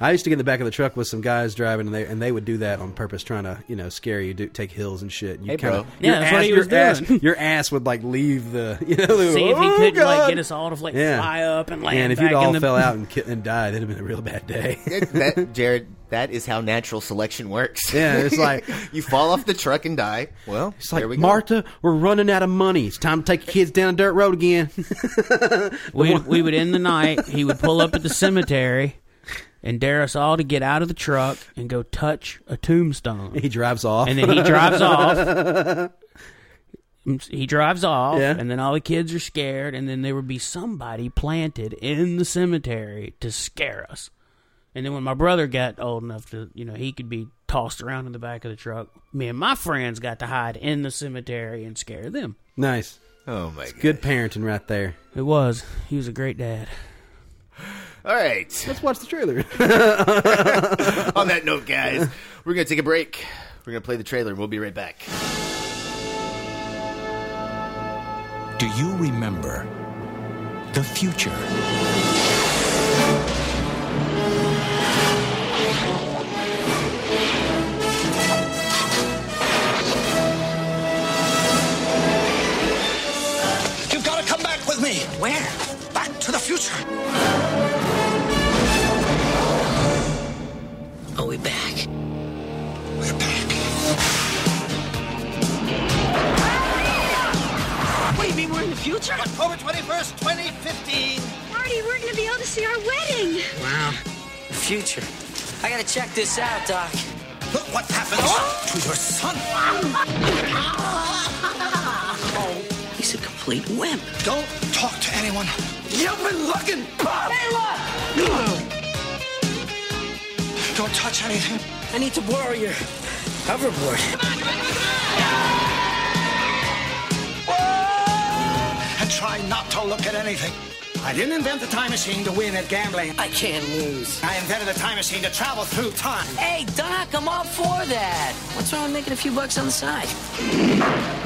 S6: I used to get in the back of the truck with some guys driving, and they and they would do that on purpose, trying to you know scare you, do, take hills and shit. And you
S1: Hey,
S6: kinda,
S1: bro.
S5: Yeah, that's what he was
S6: your ass,
S5: doing.
S6: Your ass would like leave the you know the-
S5: See if he
S6: "Oh,
S5: couldn't like
S6: God."
S5: get us all to like
S6: Yeah.
S5: fly up and land.
S6: Man, if
S5: back
S6: you'd all
S5: in the...
S6: fell out and, ki- and died, it'd have been a real bad day.
S1: That- that, Jared, that is how natural selection works.
S6: Yeah, it's like-
S1: you fall off the truck and die. Well,
S6: It's like
S1: there we go.
S6: Martha, we're running out of money. It's time to take your kids down a dirt road again.
S5: we we would end the night. He would pull up at the cemetery and dare us all to get out of the truck and go touch a tombstone.
S6: he drives off.
S5: And then he drives off. He drives off,
S6: Yeah.
S5: and then all the kids are scared, and then there would be somebody planted in the cemetery to scare us. And then when my brother got old enough to, you know, he could be tossed around in the back of the truck, me and my friends got to hide in the cemetery and scare them.
S6: nice,
S1: Oh my god.
S6: good parenting right there.
S5: It was. He was a great dad.
S1: All right.
S6: Let's watch the trailer.
S1: On that note, guys, we're gonna take a break. We're gonna play the trailer. and We'll be right back.
S7: Do you remember the future?
S8: You've got to come back with me. Where? Back to the future. Are we back? We're back. What do you mean we're in the future? October 21st, 2015.
S2: Marty, we're gonna be able to see our wedding.
S8: Wow. The future. I gotta check this out, Doc. Oh! Look what happens to your son. He's a complete wimp. Don't talk to anyone. You've been looking, Bob! Hey, look! Don't touch anything. I need to borrow your hoverboard. And try not to look at anything. I didn't invent the time machine to win at gambling. I can't lose. I invented the time machine to travel through time. Hey, Doc, I'm all for that. What's wrong with making a few bucks on the side?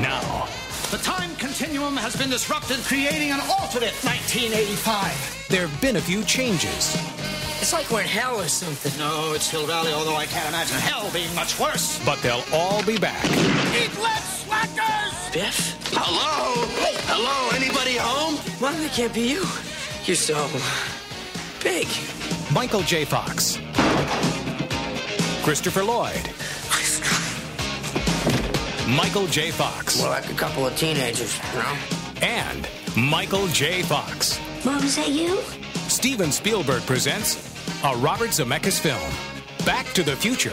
S8: Now. The time continuum has been disrupted, creating an alternate 1985.
S7: There have been a few changes.
S8: It's like we're in hell or something. No, it's Hill Valley, although I can't imagine hell being much worse.
S7: But they'll all be back.
S8: Eat less, slackers! Biff?
S4: Hello? Hello? Anybody home?
S8: Mom, that can't be you. You're so big.
S7: Michael J. Fox. Christopher Lloyd. Michael J. Fox.
S8: like a couple of teenagers, you know?
S7: And Michael J. Fox.
S2: Mom, is that you?
S7: Steven Spielberg presents a Robert Zemeckis film, Back to the Future,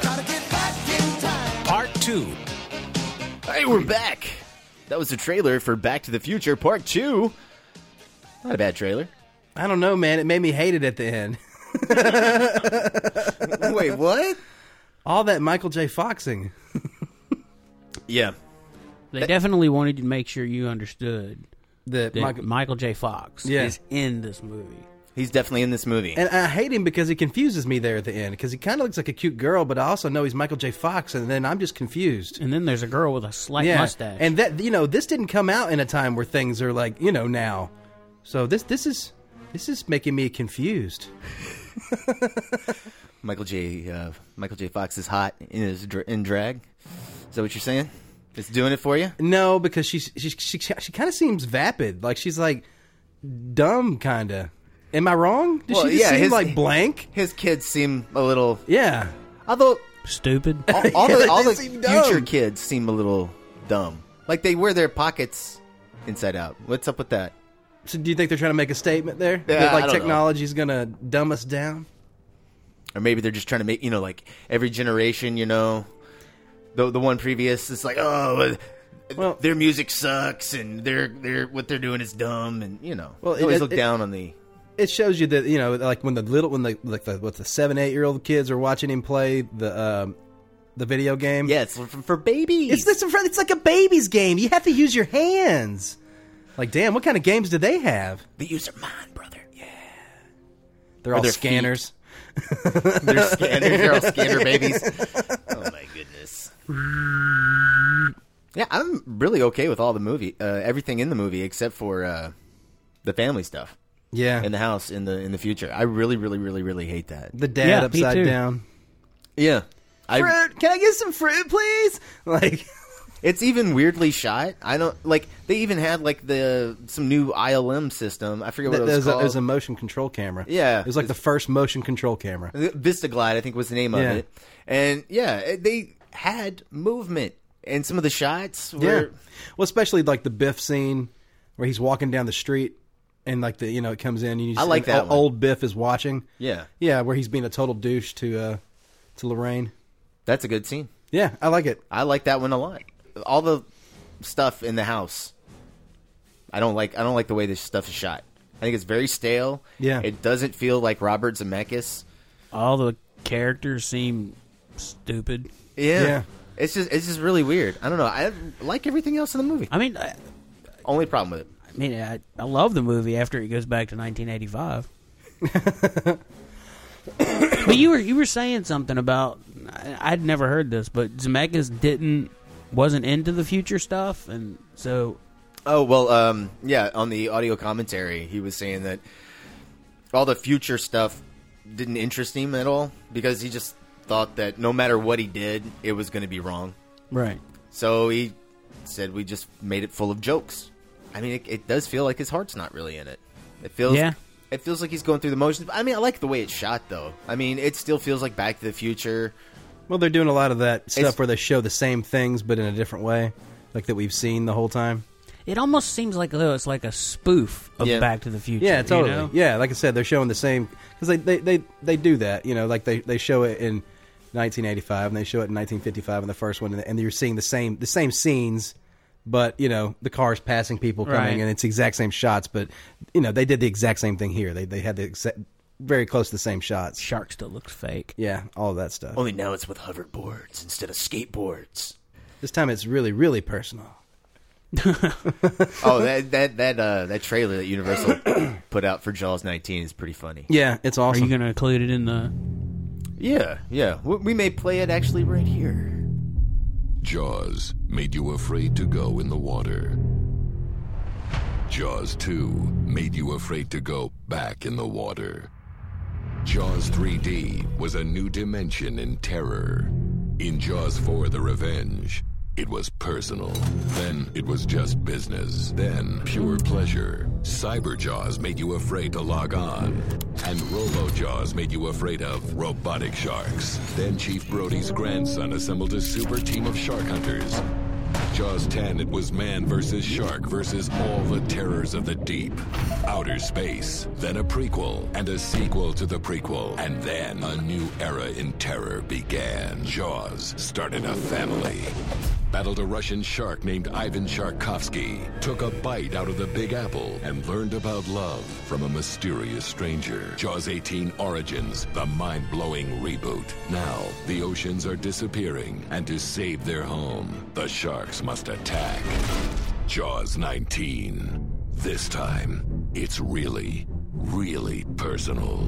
S7: Part 2.
S1: Hey, we're back. That was the trailer for Back to the Future Part Two. Not a bad trailer.
S6: I don't know, man. It made me hate it at the end.
S1: Wait, what?
S6: All that Michael J. Foxing.
S1: Yeah.
S5: They definitely wanted to make sure you understood
S6: That
S5: that
S6: Michael,
S5: Michael, J. Fox
S6: Yeah.
S5: is in this movie.
S1: He's definitely in this movie.
S6: And I hate him because he confuses me there at the end because he kind of looks like a cute girl, but I also know he's Michael J. Fox, and then I'm just confused.
S5: And then there's a girl with a slight
S6: yeah,
S5: mustache.
S6: and that you know this didn't come out in a time where things are like you know now, so this this is this is making me confused.
S1: Michael J. Uh, Michael J. Fox is hot in his dr- in drag. Is that what you're saying? It's doing it for you.
S6: No, because she's she she, she, she kind of seems vapid, like she's like dumb, kind of. Am I wrong? Does she just seem like blank?
S1: His kids seem a little.
S6: Yeah,
S1: Although
S5: Stupid.
S1: all, all
S6: Yeah,
S1: the, all
S6: they
S1: the
S6: seem dumb.
S1: future kids seem a little dumb. Like they wear their pockets inside out. What's up with that?
S6: So do you think they're trying to make a statement there?
S1: Yeah,
S6: that
S1: I
S6: like
S1: don't know.
S6: technology's gonna dumb us down?
S1: Or maybe they're just trying to make you know like every generation. You know, the the one previous. It's like, oh,
S6: Well-
S1: well, their music sucks, and their their what they're doing is dumb, and you know, well,
S6: Well, it-
S1: always
S6: it-
S1: look
S6: it-
S1: down on the.
S6: it shows you that you know like when the little when the like the what the seven eight year old kids are watching him play the um the video game
S1: Yeah, it's for, for babies.
S6: it's it's, it's like a baby's game you have to use your hands like damn what kind of games do they have
S1: the user mind, brother. Yeah,
S6: they're all
S1: their feet.
S6: scanners
S1: they're scanners. They're all scanner babies. Oh my goodness. Yeah, I'm really okay with all the movie, uh, everything in the movie except for uh, the family stuff
S6: yeah
S1: in the house in the in the future. I really, really, really, really hate that.
S6: the dad
S5: Yeah, me
S6: upside
S5: too.
S6: down
S1: Yeah, I,
S6: fruit can i get some fruit please like
S1: It's even weirdly shot. I don't like. They even had like the some new ILM system. I forget what it was
S6: there's a,
S1: called.
S6: there's a motion control camera
S1: Yeah.
S6: it was like the first motion control camera
S1: Vistaglide, I think, was the name
S6: Yeah.
S1: of it. And yeah, it- they had movement, and some of the shots
S6: Yeah.
S1: were
S6: Well, especially like the Biff scene where he's walking down the street and like the you know it comes in. And you just,
S1: I like
S6: and
S1: that
S6: o-
S1: one.
S6: Old Biff is watching.
S1: Yeah.
S6: Yeah, where he's being a total douche to uh to Lorraine.
S1: That's a good scene.
S6: Yeah, I like it.
S1: I like that one a lot. All the stuff in the house. I don't like. I don't like the way this stuff is shot. I think it's very stale.
S6: Yeah.
S1: It doesn't feel like Robert Zemeckis.
S5: All the characters seem stupid.
S1: Yeah.
S6: Yeah.
S1: It's just it's just really weird. I don't know. I like everything else in the movie.
S5: I mean, I,
S1: Only problem with it.
S5: I mean, I, I love the movie after it goes back to 1985. but you were you were saying something about I, I'd never heard this, but Zemeckis didn't wasn't into the future stuff, and so
S1: Oh well, um, yeah. On the audio commentary, he was saying that all the future stuff didn't interest him at all because he just thought that no matter what he did, it was going to be wrong.
S5: right.
S1: So he said we just made it full of jokes. I mean, it, it does feel like his heart's not really in it. It feels
S5: Yeah.
S1: It feels like he's going through the motions. I mean, I like the way it's shot, though. I mean, it still feels like Back to the Future.
S6: Well, they're doing a lot of that stuff
S1: It's-
S6: where they show the same things but in a different way, like that we've seen the whole time.
S5: It almost seems like though it's like a spoof of
S1: Yeah.
S5: Back to the Future.
S6: Yeah,
S5: you
S6: totally.
S5: know?
S6: Yeah, like I said, they're showing the same because they, they they they do that. You know, like they they show it in 1985 and they show it in 1955 in the first one, and, and you're seeing the same the same scenes, but you know the cars passing people coming,
S5: Right.
S6: and it's the exact same shots. But you know they did the exact same thing here. They they had the exact, very close to the same shots.
S5: Shark still looks fake.
S6: Yeah, all that stuff.
S5: Oh.
S1: Only now it's with hoverboards instead of skateboards.
S6: This time it's really really personal.
S1: oh, that that that uh, that trailer that Universal put out for Jaws 19 is pretty funny.
S6: Yeah, it's
S5: Are
S6: awesome.
S5: you going to include it in the?
S1: Yeah, yeah. We, we may play it actually right here.
S9: Jaws made you afraid to go in the water. Jaws 2 made you afraid to go back in the water. Jaws 3D was a new dimension in terror. In Jaws 4 The Revenge, it was personal. Then it was just business. Then pure pleasure. Cyber Jaws made you afraid to log on. And Robo Jaws made you afraid of robotic sharks. Then Chief Brody's grandson assembled a super team of shark hunters. Jaws 10, it was man versus shark versus all the terrors of the deep. Outer space, then a prequel, and a sequel to the prequel, and then a new era in terror began. Jaws started a family. Battled a Russian shark named Ivan Sharkovsky, took a bite out of the Big Apple, and learned about love from a mysterious stranger. Jaws 18 Origins, the mind blowing reboot. Now, the oceans are disappearing, and to save their home, the sharks must attack. Jaws 19. This time, it's really, really personal.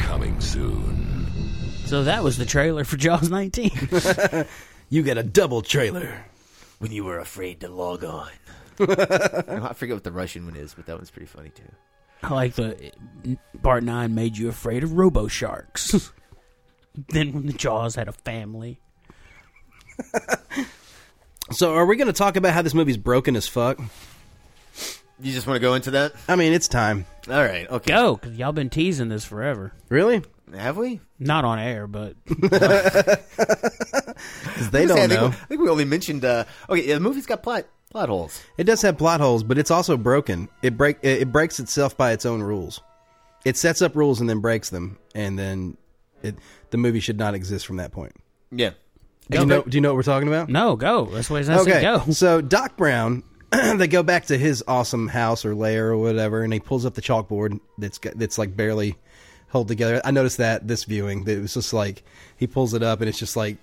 S9: Coming soon.
S5: So that was the trailer for Jaws 19.
S6: You get a double trailer.
S1: When you were afraid to log on. I forget what the Russian one is, but that one's pretty funny too.
S5: I like the part nine made you afraid of Robo Sharks. then when the Jaws had a family,
S6: So, are we going to talk about how this movie's broken as fuck?
S1: You just want to go into that?
S6: I mean, it's time.
S1: All right. Okay.
S5: go because y'all been teasing this forever.
S6: Really?
S1: Have we?
S5: Not on air, but
S6: 'Cause they
S1: I
S6: don't
S1: think,
S6: know.
S1: I think we only mentioned. Uh, okay, yeah, the movie's got plot plot holes.
S6: It does have plot holes, but it's also broken. It break it, it breaks itself by its own rules. It sets up rules and then breaks them, and then it, the movie should not exist from that point.
S1: Yeah.
S6: Do you know? Do you know what we're talking about?
S5: No, go. That's what I said. Go.
S6: So Doc Brown, they go back to his awesome house or lair or whatever, and he pulls up the chalkboard that's got, that's like barely held together. I noticed that this viewing that it was just like he pulls it up and it's just like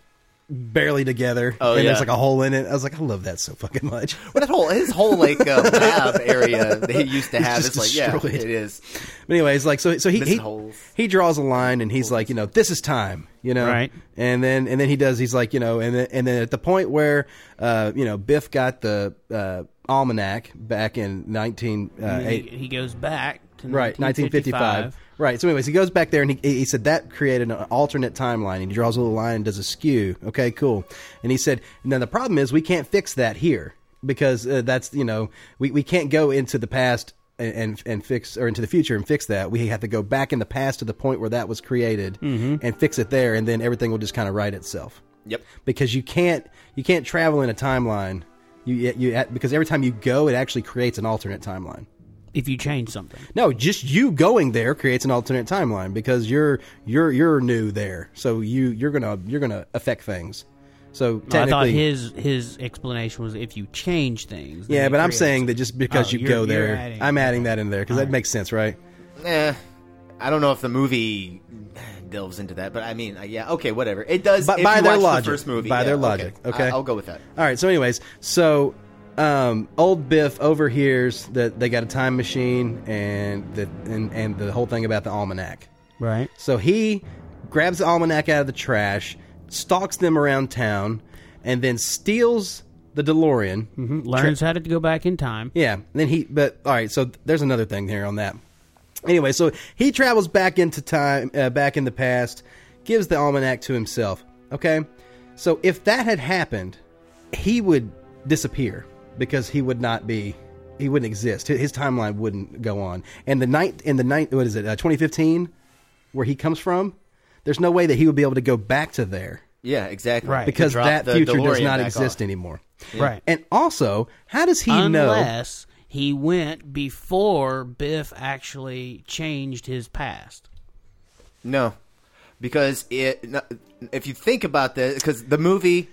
S6: barely together,
S1: Oh,
S6: and
S1: yeah.
S6: there's like a hole in it. I was like, I love that so fucking much.
S1: But that whole his whole like uh, lab area that he used to
S6: It's
S1: have,
S6: just
S1: it's, like yeah,
S6: destroyed.
S1: it is.
S6: But anyways, like so, so he
S1: Missing
S6: he,
S1: holes.
S6: he draws a line and he's like, you know, this is time, you know,
S5: Right.
S6: And then and then he does. He's like, you know, and then, and then at the point where, uh, you know, Biff got the uh, almanac back in nineteen uh,
S5: he,
S6: eight,
S5: he goes back to
S6: right, nineteen fifty five. Right. So, anyways, he goes back there and he, he said that created an alternate timeline, and he draws a little line and does a skew. Okay, cool. And he said, now the problem is we can't fix that here because uh, that's you know we, we can't go into the past and, and and fix or into the future and fix that. We have to go back in the past to the point where that was created and fix it there, and then everything will just kind of right itself
S1: Yep.
S6: because you can't you can't travel in a timeline. You you because every time you go, it actually creates an alternate timeline.
S5: If you change something,
S6: No, just you going there creates an alternate timeline because you're you're you're new there, so you you're gonna you're gonna affect things. So
S5: I
S6: technically,
S5: thought his his explanation was if you change things. then
S6: yeah,
S5: it
S6: but I'm
S5: creates-
S6: saying that just because
S5: Oh,
S6: you
S5: you're-
S6: go
S5: you're
S6: there,
S5: adding-
S6: I'm adding that in there because that makes sense, right?
S1: Eh, I don't know if the movie delves into that, but I mean, uh, yeah, okay, whatever. It does.
S6: By-
S1: if
S6: by
S1: you
S6: their
S1: watch
S6: logic.
S1: the first movie,
S6: By
S1: yeah,
S6: their logic, okay.
S1: I, will go with that.
S6: All right. So, anyways, so um, old Biff overhears that they got a time machine and that and and the whole thing about the almanac.
S5: right.
S6: So he grabs the almanac out of the trash, stalks them around town, and then steals the DeLorean. Mm-hmm.
S5: Learns how to go back in time.
S6: Yeah. and Then he, but all right. So th- there's another thing here on that. Anyway, so he travels back into time, uh, back in the past, gives the almanac to himself. Okay. So if that had happened, he would disappear because he would not be, he wouldn't exist. His his timeline wouldn't go on. And the night, in the night, what is it, uh, 2015, where he comes from, there's no way that he would be able to go back to there
S1: Yeah, exactly.
S5: Right.
S6: because
S1: Drop
S6: that
S1: the
S6: future does
S1: DeLorean
S6: not
S1: back
S6: exist
S1: on.
S6: anymore.
S5: Right.
S6: And also, how does he know?
S5: Unless he went before Biff actually changed his past.
S1: No, because it. no- If you think about this, because the movie,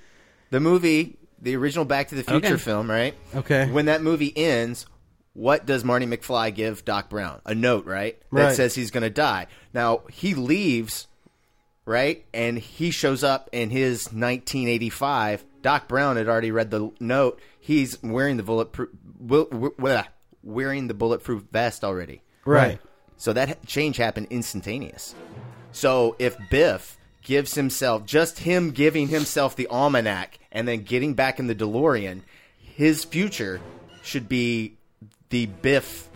S1: the movie, the original Back to the Future
S5: Okay.
S1: film, right?
S6: Okay.
S1: When that movie ends, what does Marty McFly give Doc Brown? A note, right? That
S6: Right.
S1: says he's going to die. Now he leaves, right? And he shows up in his 1985. Doc Brown had already read the note. He's wearing the bulletproof, bu- bu- blah, wearing the bulletproof vest already.
S6: Right.
S1: So that change happened instantaneous. So if Biff gives himself just him giving himself the almanac and then getting back in the DeLorean, his future should be the Biff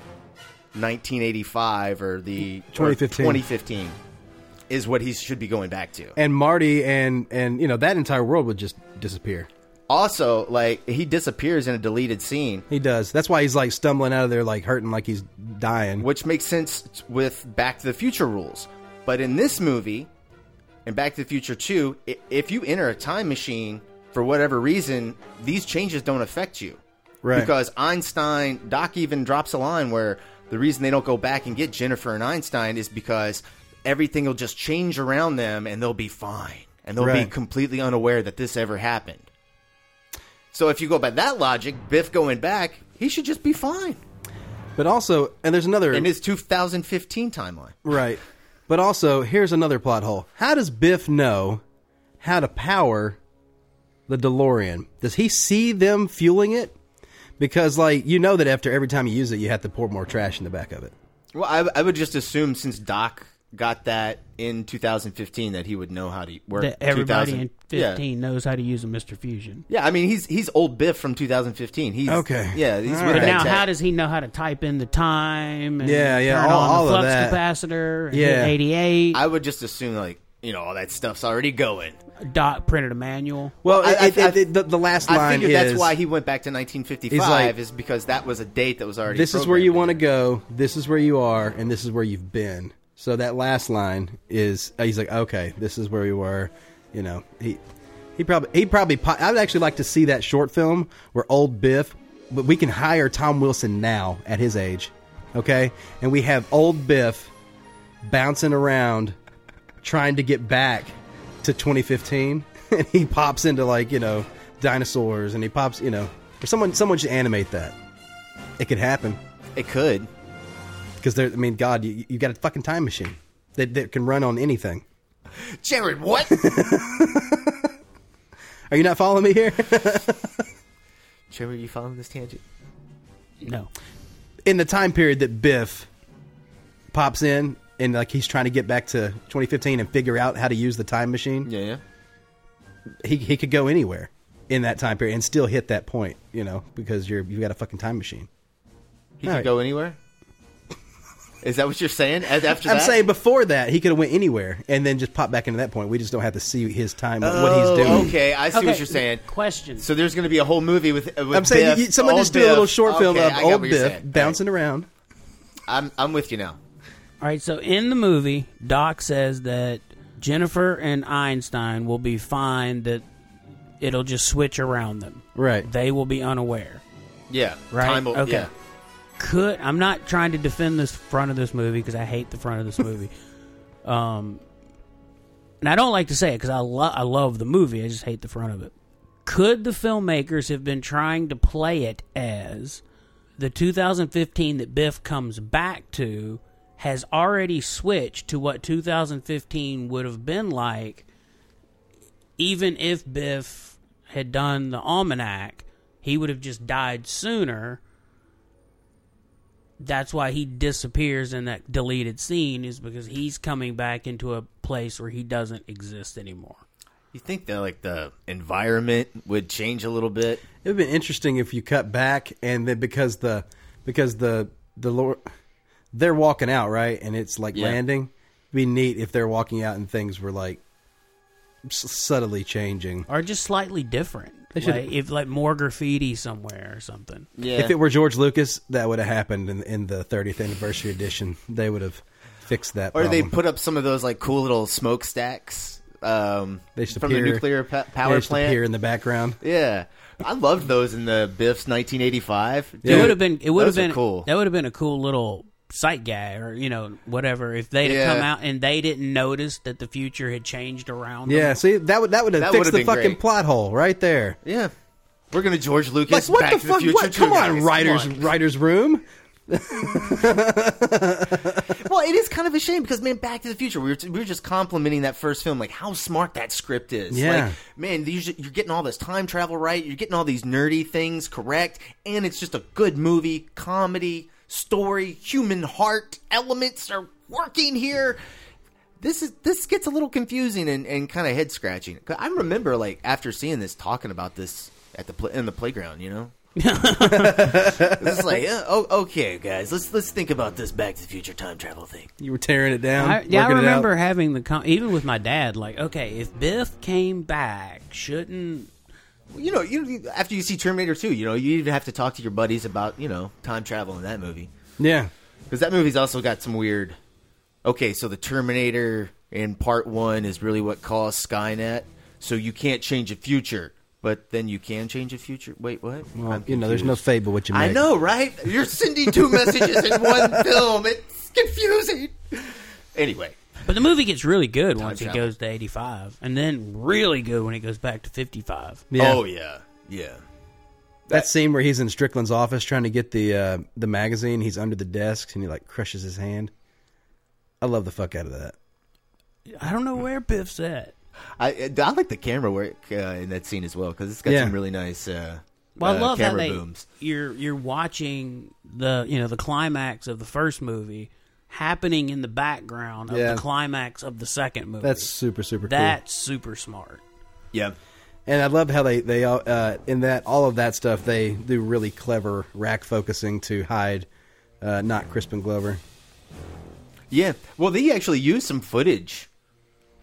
S1: 1985 or the or
S6: 2015.
S1: 2015 is what he should be going back to.
S6: And Marty and and you know that entire world would just disappear.
S1: Also, like he disappears in a deleted scene,
S6: He does. That's why he's like stumbling out of there, like hurting, like he's dying.
S1: which makes sense with Back to the Future rules. But in this movie, in Back to the Future 2, i- if you enter a time machine for whatever reason, these changes don't affect you.
S6: Right.
S1: Because Einstein, Doc even drops a line where the reason they don't go back and get Jennifer and Einstein is because everything will just change around them and they'll be fine. And they'll
S6: Right.
S1: be completely unaware that this ever happened. So if you go by that logic, Biff going back, he should just be fine
S6: But also, and there's another
S1: in his 2015 timeline.
S6: right. But also, here's another plot hole. How does Biff know how to power the DeLorean? Does he see them fueling it? Because like you know that after every time you use it, you have to pour more trash in the back of it.
S1: Well, I, I would just assume since Doc got that in 2015 that he would know how to work.
S5: That everybody
S1: 2000
S5: in
S1: Yeah.
S5: 15 knows how to use a Mr. Fusion.
S1: Yeah. I mean he's he's old Biff from 2015. He's
S6: Okay.
S1: Yeah, he's with
S6: All right.
S5: But
S1: that
S5: now,
S1: tech.
S5: how does he know how to type in the time? And
S6: Yeah, yeah,
S5: turn
S6: all-
S5: on
S6: all
S5: the
S6: of
S5: flux
S6: that.
S5: capacitor. And
S6: Yeah.
S5: eighty eight.
S1: I would just assume like you know all that stuff's already going.
S5: Doc printed a manual.
S6: Well,
S1: I- I-
S6: it- it-
S1: I-
S6: the, the last
S1: I
S6: line
S1: figured
S6: is
S1: that's why he went back to 1955
S6: like,
S1: is because that was a date that was already.
S6: this is where you
S1: programmed.
S6: want to go. This is where you are, and this is where you've been. So that last line is uh, he's like, okay, this is where we were. You know, he he probably he probably. po- I would actually like to see that short film where old Biff, but we can hire Tom Wilson now at his age, okay, and we have old Biff bouncing around trying to get back to 2015, and he pops into like you know dinosaurs, and he pops you know, or someone someone should animate that. It could happen.
S1: It could.
S6: Because there, I mean, God, you you got a fucking time machine that that can run on anything.
S1: Jared, what?
S6: Are you not following me here?
S1: Trevor, you following this tangent?
S5: No.
S6: in the time period that Biff pops in and like he's trying to get back to 2015 and figure out how to use the time machine,
S1: Yeah, yeah.
S6: he he could go anywhere in that time period and still hit that point, you know, because you're you've got a fucking time machine.
S1: He
S6: All
S1: could
S6: right.
S1: go anywhere. Is that what you're saying? As- After
S6: I'm
S1: that?
S6: saying before that he could have went anywhere and then just popped back into that point. We just don't have to see his time what he's
S1: Oh,
S6: doing.
S1: Okay, I see
S5: Okay,
S1: what you're saying.
S5: Question.
S1: So there's going to be a whole movie with. uh, with
S6: I'm saying
S1: Biff,
S6: you, someone
S1: old
S6: just do a little
S1: Biff.
S6: short film
S1: Okay,
S6: of
S1: I got
S6: old
S1: what you're
S6: Biff
S1: saying.
S6: bouncing around.
S1: I'm I'm with you now.
S5: All right, so in the movie, Doc says that Jennifer and Einstein will be fine, that it'll just switch around them.
S6: Right.
S5: They will be unaware.
S1: Yeah,
S5: Right?
S1: Time will-
S5: Okay.
S1: yeah.
S5: Could I'm not trying to defend this front of this movie because I hate the front of this movie. um and I don't like to say it because I lo- I love the movie. I just hate the front of it. Could the filmmakers have been trying to play it as the 2015 that Biff comes back to has already switched to what 2015 would have been like, even if Biff had done the almanac, he would have just died sooner. That's why he disappears in that deleted scene, is because he's coming back into a place where he doesn't exist anymore.
S1: You think that like the environment would change a little bit?
S6: It would be interesting if you cut back and then because the because the the Lord they're walking out right and it's like
S1: Yeah.
S6: landing. It'd be neat if they're walking out and things were like s- subtly changing.
S5: Or just slightly different.
S6: They should-
S5: Like, if, like, more graffiti somewhere or something.
S1: Yeah.
S6: If it were George Lucas, that would have happened in, in the 30th anniversary edition. They would have fixed that.
S1: or they
S6: problem.
S1: put up some of those like cool little smokestacks um,
S6: They just
S1: from the
S6: appear-
S1: nuclear pa-
S6: they
S1: power
S6: just appear
S1: plant.
S6: in the background.
S1: Yeah, I loved those in the Biff's 1985.
S6: Yeah.
S5: It would have been. It would have
S1: those are
S5: been
S1: cool.
S5: That would have been a cool little sight guy, or you know, whatever. If they'd
S1: Yeah.
S5: have come out and they didn't notice that the future had changed around. them.
S6: Yeah, see that would that would have
S1: That
S6: fixed
S1: would've
S6: the
S1: been
S6: fucking
S1: great.
S6: plot hole right there.
S1: Yeah, we're gonna George
S6: Like
S1: Lucas.
S6: what
S1: back
S6: the
S1: to
S6: fuck?
S1: The future
S6: what?
S1: too,
S6: Come
S1: guys.
S6: on, writers, writers room.
S1: Well, it is kind of a shame because man, Back to the Future. We were, we were just complimenting that first film, like how smart that script is.
S6: Yeah.
S1: like, man, these, you're getting all this time travel right. You're getting all these nerdy things correct, and it's just a good movie, comedy, story, human heart elements are working here. This is this gets a little confusing and, and kind of head scratching. I remember like after seeing this, talking about this at the pl- in the playground. You know, it's like uh, oh, okay, guys, let's let's think about this Back to the Future time travel thing.
S6: You were tearing it down.
S5: I, yeah, I
S6: working it out.
S5: remember having the con- even with my dad. Like, okay, if Biff came back, shouldn't
S1: you know, you you- after you see Terminator 2, you know, you even have to talk to your buddies about, you know, time travel in that movie.
S6: Yeah.
S1: Because that movie's also got some weird. Okay, so the Terminator in part one is really what caused Skynet. So you can't change a future, but then you can change a future. Wait, what?
S6: Well,
S1: I'm
S6: you know, there's no
S1: confused.
S6: fable what you make.
S1: I know, right? You're sending two messages in one film. It's confusing. Anyway,
S5: But the movie gets really good once it
S1: travel.
S5: goes to eighty five, and then really good when it goes back to fifty five.
S6: Yeah.
S1: oh yeah, yeah,
S6: that scene where he's in Strickland's office trying to get the uh, the magazine. He's under the desk and he like crushes his hand. I love the fuck out of that.
S5: I don't know where Biff's at.
S1: I I like the camera work uh, in that scene as well because it's got
S6: Yeah.
S1: some really nice. Uh,
S5: Well, I
S1: uh,
S5: love that
S1: camera
S5: they,
S1: booms.
S5: you're you're watching the you know the climax of the first movie happening in the background of
S6: Yeah.
S5: the climax of the second movie.
S6: That's super super cool.
S5: that's super smart.
S1: Yeah.
S6: And I love how they they all, uh, in that all of that stuff they do really clever rack focusing to hide uh, not Crispin Glover.
S1: Yeah. Well, they actually used some footage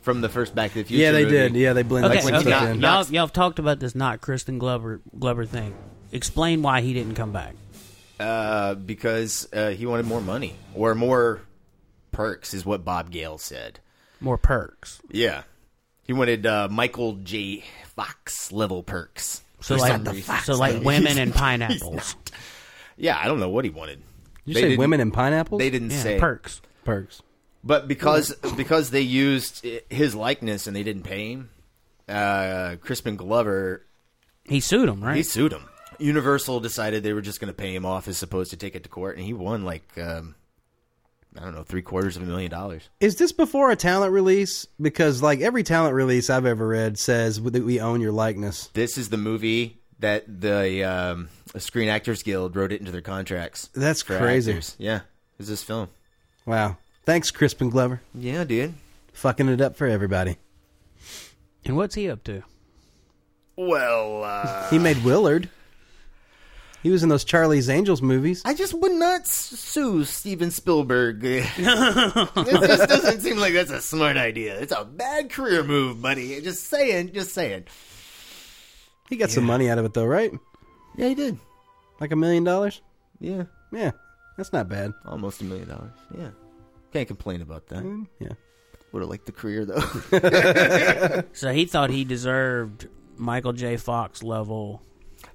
S1: from the first Back to the Future.
S6: yeah, they
S1: movie.
S6: did. Yeah, they blended
S5: Okay,
S6: some
S1: when he
S5: okay.
S6: stuff
S1: got-
S6: in.
S5: y'all y'all have talked about this not Kristen Glover Glover thing. Explain why he didn't come back.
S1: Uh, because uh, he wanted more money or more perks, is what Bob Gale said.
S5: More perks.
S1: Yeah. He wanted uh, Michael J. Fox level perks.
S5: So
S1: for
S5: like
S1: some reason.
S5: so like women and pineapples.
S1: Yeah, I don't know what he wanted.
S6: you
S1: They
S6: say
S1: didn't-
S6: women and pineapples?
S1: They didn't
S5: Yeah,
S1: say
S5: perks.
S6: perks.
S1: But because because they used i- his likeness and they didn't pay him, uh, Crispin Glover
S5: he sued him, right?
S1: He sued him. Universal decided they were just going to pay him off as supposed to take it to court, and he won like um, I don't know three quarters of a million dollars.
S6: Is this before a talent release? Because like every talent release I've ever read says that we own your likeness.
S1: This is the movie that the um, Screen Actors Guild wrote it into their contracts.
S6: That's
S1: for
S6: crazy.
S1: actors. Yeah, is this film?
S6: Wow. Thanks, Crispin Glover.
S1: Yeah, dude.
S6: Fucking it up for everybody.
S5: And what's he up to?
S1: Well, uh,
S6: he made Willard. He was in those Charlie's Angels movies.
S1: I just would not s- sue Steven Spielberg. it just doesn't seem like that's a smart idea. It's a bad career move, buddy. Just saying. Just saying.
S6: He got some money out of it though, right?
S1: Yeah, he did.
S6: Like a million dollars?
S1: Yeah,
S6: Yeah. That's not bad.
S1: almost a million dollars. Yeah, can't complain about that.
S6: Yeah.
S1: Would have liked the career though.
S5: So he thought he deserved Michael J. Fox level.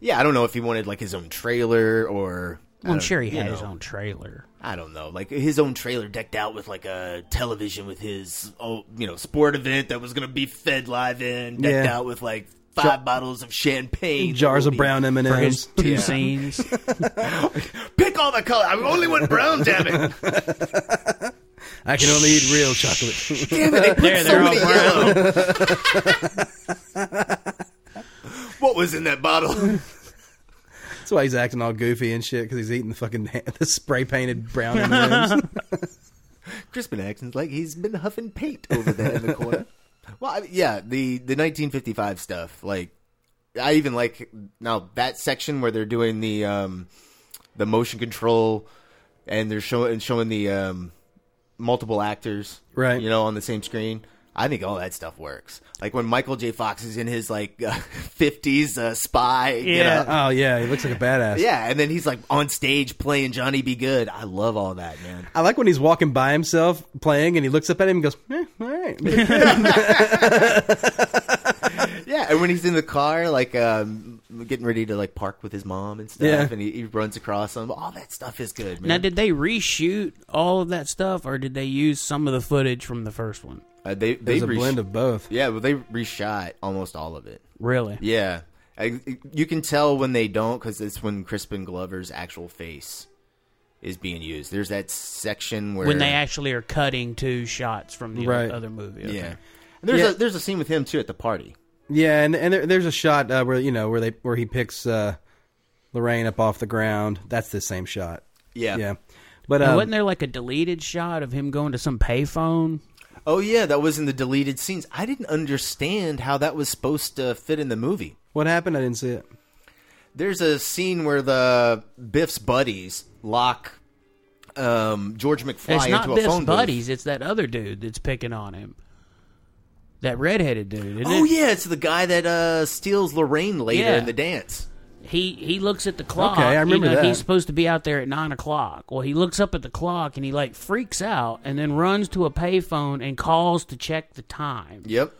S1: yeah, I don't know if he wanted like his own trailer or. I
S5: Well, I'm
S1: don't-
S5: sure he
S1: Uh, you
S5: had his
S1: know,
S5: own trailer.
S1: I don't know, like his own trailer decked out with like a television with his, oh, you know, sport event that was gonna be fed live in, decked
S6: Yeah.
S1: out with like five bottles of champagne,
S6: Jars
S1: That will
S6: of
S1: be-
S6: brown M and
S5: For his
S6: M's.
S5: two scenes.
S1: Pick all the color. I only want brown. damn it!
S6: I can only eat real chocolate.
S1: Damn it! They put
S5: There,
S1: so
S5: they're all
S1: many yellow. what was in that bottle?
S6: That's why he's acting all goofy and shit because he's eating the fucking the spray painted brown M and M's.
S1: Crispin accents like he's been huffing paint over there in the corner. well, I mean, yeah, the the 1955 stuff. Like, I even like now that section where they're doing the um the motion control and they're showing and showing the um multiple actors,
S6: Right.
S1: You know, on the same screen. I think all that stuff works. Like when Michael J. Fox is in his like fifties uh, spy, yeah. you know?
S6: Oh yeah, he looks like a badass.
S1: yeah, and then he's like on stage playing Johnny B. Good. I love all that, man.
S6: I like when he's walking by himself playing and he looks up at him and goes, eh, all right.
S1: Yeah, and when he's in the car, like um, getting ready to like park with his mom and stuff,
S6: Yeah.
S1: and he, he runs across him. All that stuff is good, man.
S5: now, did they reshoot all of that stuff, or did they use some of the footage from the first one?
S1: Uh, they they
S6: There's a
S1: resh-
S6: blend of both.
S1: yeah, well, they reshot almost all of it.
S5: Really?
S1: Yeah, I, you can tell when they don't because it's when Crispin Glover's actual face is being used. There's that section where
S5: When they actually are cutting two shots from the
S6: Right.
S5: other movie. okay.
S1: yeah, And there's
S6: Yeah.
S1: a there's a scene with him too at the party.
S6: Yeah, and and there, there's a shot uh, where you know where they where he picks uh, Lorraine up off the ground. That's the same shot.
S1: Yeah,
S6: Yeah, but
S5: Now,
S6: um,
S5: wasn't there like a deleted shot of him going to some payphone?
S1: Oh yeah, that was in the deleted scenes. I didn't understand how that was supposed to fit in the movie.
S6: what happened? I didn't see it.
S1: There's a scene where the Biff's buddies lock um, George McFly
S5: It's not
S1: into a
S5: Biff's
S1: phone booth.
S5: buddies. It's that other dude that's picking on him. That redheaded dude. Isn't
S1: Oh
S5: it?
S1: yeah, it's the guy that uh, steals Lorraine later
S5: Yeah.
S1: in the dance.
S5: He he looks at the clock.
S6: Okay, I
S5: You
S6: remember
S5: know,
S6: that.
S5: He's supposed to be out there at nine o'clock. Well, he looks up at the clock and he like freaks out and then runs to a payphone and calls to check the time.
S1: Yep.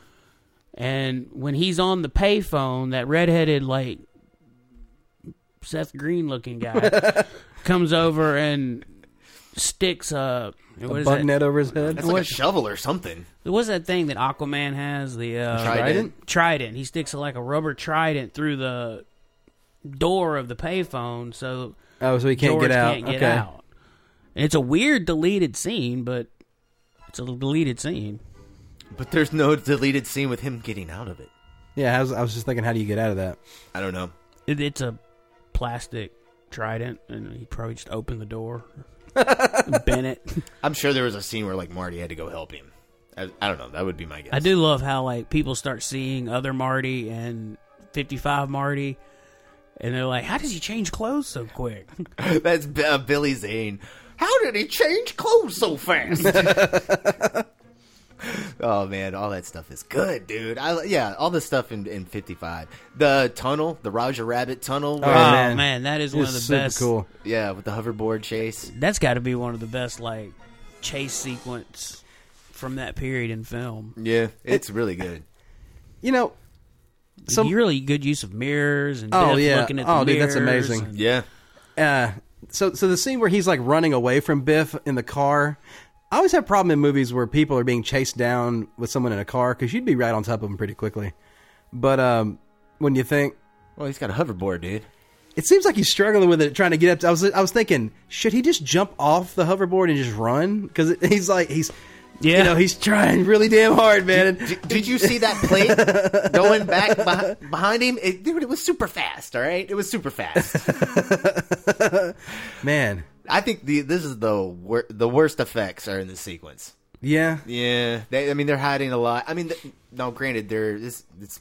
S5: And when he's on the payphone, that redheaded like Seth Green looking guy comes over and sticks a what
S6: A
S5: is
S6: bug
S5: that?
S6: net over his head.
S1: That's like a shovel or something.
S5: What's that thing that Aquaman has? The uh,
S1: Trident?
S5: Trident. He sticks like a rubber trident through the door of the payphone, so
S6: Oh, so he can't
S5: George
S6: get out.
S5: can't get
S6: okay.
S5: out. And it's a weird deleted scene, but it's a deleted scene.
S1: But there's no deleted scene with him getting out of it.
S6: Yeah, I was, I was just thinking, how do you get out of that?
S1: I don't know.
S5: It, it's a plastic trident, and he probably just opened the door, bent it.
S1: I'm sure there was a scene where like Marty had to go help him. I, I don't know. That would be my guess.
S5: I do love how like people start seeing other Marty and 55 Marty, and they're like, "How does he change clothes so quick?"
S1: That's B- uh, Billy Zane. How did he change clothes so fast? oh man, all that stuff is good, dude. I, yeah, all the stuff in, in fifty five, the tunnel, the Roger Rabbit tunnel.
S6: Oh,
S5: Oh,
S1: where-
S6: man.
S5: man. that is
S6: It
S5: one
S6: was
S5: of the
S6: super
S5: best.
S6: cool.
S1: yeah, with the hoverboard chase.
S5: That's got to be one of the best like chase sequence from that period in film.
S1: Yeah, it's really good.
S6: You know,
S5: So
S6: Some-
S5: really good use of mirrors and
S6: Oh,
S5: Biff
S6: yeah.
S5: looking at the
S6: Oh, dude, that's
S5: mirrors
S6: amazing.
S5: and-
S1: Yeah,
S6: uh, so so the scene where he's like running away from Biff in the car. I always have a problem in movies where people are being chased down with someone in a car because you'd be right on top of them pretty quickly. But um, when you think,
S1: well, he's got a hoverboard, dude.
S6: It seems like he's struggling with it, trying to get up. To, I was, I was thinking, should he just jump off the hoverboard and just run? Because he's like, he's, yeah, you know, he's trying really damn hard, man.
S1: Did, did you see that plate going back beh- behind him? It, dude, it was super fast. All right, it was super fast.
S6: man,
S1: I think the this is the wor- the worst effects are in this sequence.
S6: yeah,
S1: Yeah, they, I mean they're hiding a lot. I mean, th- no, granted, there this it's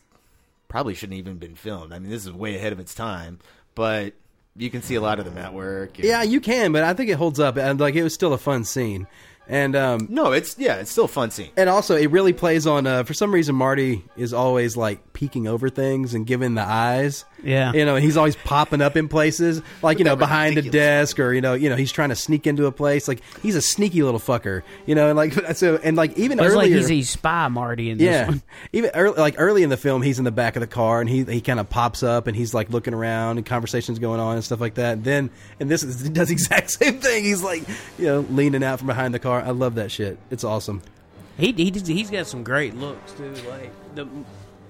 S1: probably shouldn't even been filmed. I mean, this is way ahead of its time, but you can see a lot of them at work. and-
S6: yeah, you can, but I think it holds up. And like, it was still a fun scene, and um,
S1: no, it's yeah, it's still a fun scene.
S6: And also, it really plays on. Uh, for some reason, Marty is always like peeking over things and giving the eyes.
S5: Yeah.
S6: you know, he's always popping up in places, like you know, behind a desk, or you know, you know, he's trying to sneak into a place. Like he's a sneaky little fucker, you know. And like so, and like even
S5: But it's
S6: earlier,
S5: like he's a spy Marty in this
S6: yeah,
S5: one.
S6: even early, like early in the film, he's in the back of the car and he he kind of pops up and he's like looking around and conversations going on and stuff like that. And then and this is, he does the exact same thing. He's like you know leaning out from behind the car. I love that shit. It's awesome.
S5: He, he does- he's got some great looks too. Like the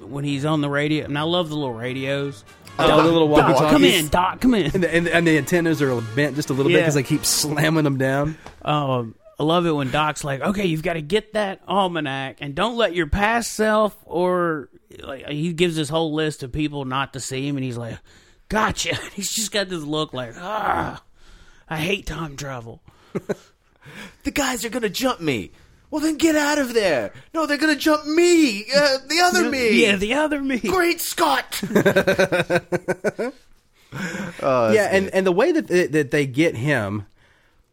S5: when he's on the radio, and I love the little radios.
S6: Oh, the little
S5: Doc,
S6: walkie-talkies.
S5: come in, Doc, come in.
S6: And the, and, the- and the antennas are bent just a little bit
S5: Yeah.
S6: because they keep slamming them down.
S5: Um, I love it when Doc's like, "Okay, you've got to get that almanac, and don't let your past self or like." He gives this whole list of people not to see him, and he's like, "Gotcha." He's just got this look like, "Ah, I hate time travel."
S1: The guys are gonna jump me. Well, then get out of there. No, they're gonna jump me, uh, the other me.
S5: Yeah, the other me.
S1: great Scott.
S6: yeah, and, and the way that they, that they get him,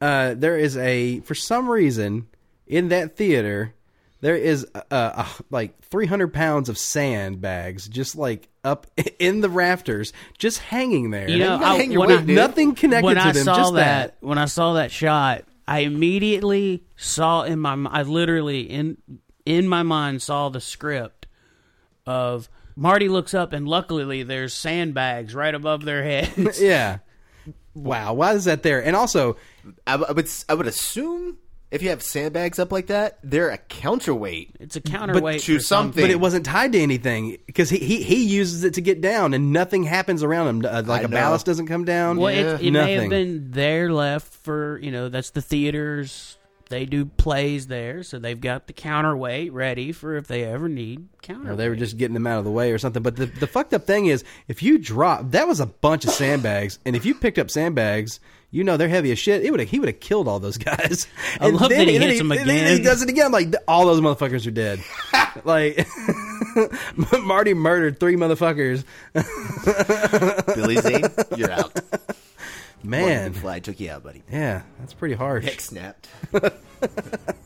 S6: uh, there is a for some reason in that theater there is uh, uh, like three hundred pounds of sandbags just like up in the rafters, just hanging there.
S5: You know, I,
S1: hang your
S5: when
S1: weight,
S5: I,
S1: dude.
S6: nothing connected
S5: when
S6: to
S5: I
S6: them.
S5: saw
S6: just that.
S5: that, when I saw that shot, I immediately saw in my m- I literally in in my mind saw the script of Marty looks up and luckily there's sandbags right above their heads.
S6: Yeah. Wow, why is that there? And also,
S1: I, w- I would s- I would assume if you have sandbags up like that, they're a counterweight.
S5: It's a counterweight
S1: to
S5: for something.
S1: something.
S6: But it wasn't tied to anything because he, he he uses it to get down, and nothing happens around him. Uh, like
S1: I
S6: a
S1: know.
S6: ballast doesn't come down.
S5: Well, it, it may have
S6: nothing.
S5: been there left for you know that's the theaters. They do plays there, so they've got the counterweight ready for if they ever need counterweight.
S6: Or they were just getting them out of the way or something. But the, the fucked up thing is, if you drop that was a bunch of sandbags, and if you picked up sandbags, you know they're heavy as shit. It would he would have killed all those guys.
S5: I love that he
S6: and
S5: hits 'em
S6: and Then he
S5: again.
S6: does it again. I'm like all those motherfuckers are dead. like Marty murdered three motherfuckers.
S1: Billy Zane, you're out.
S6: Man,
S1: fly took you out, buddy.
S6: yeah, that's pretty harsh.
S1: Neck snapped.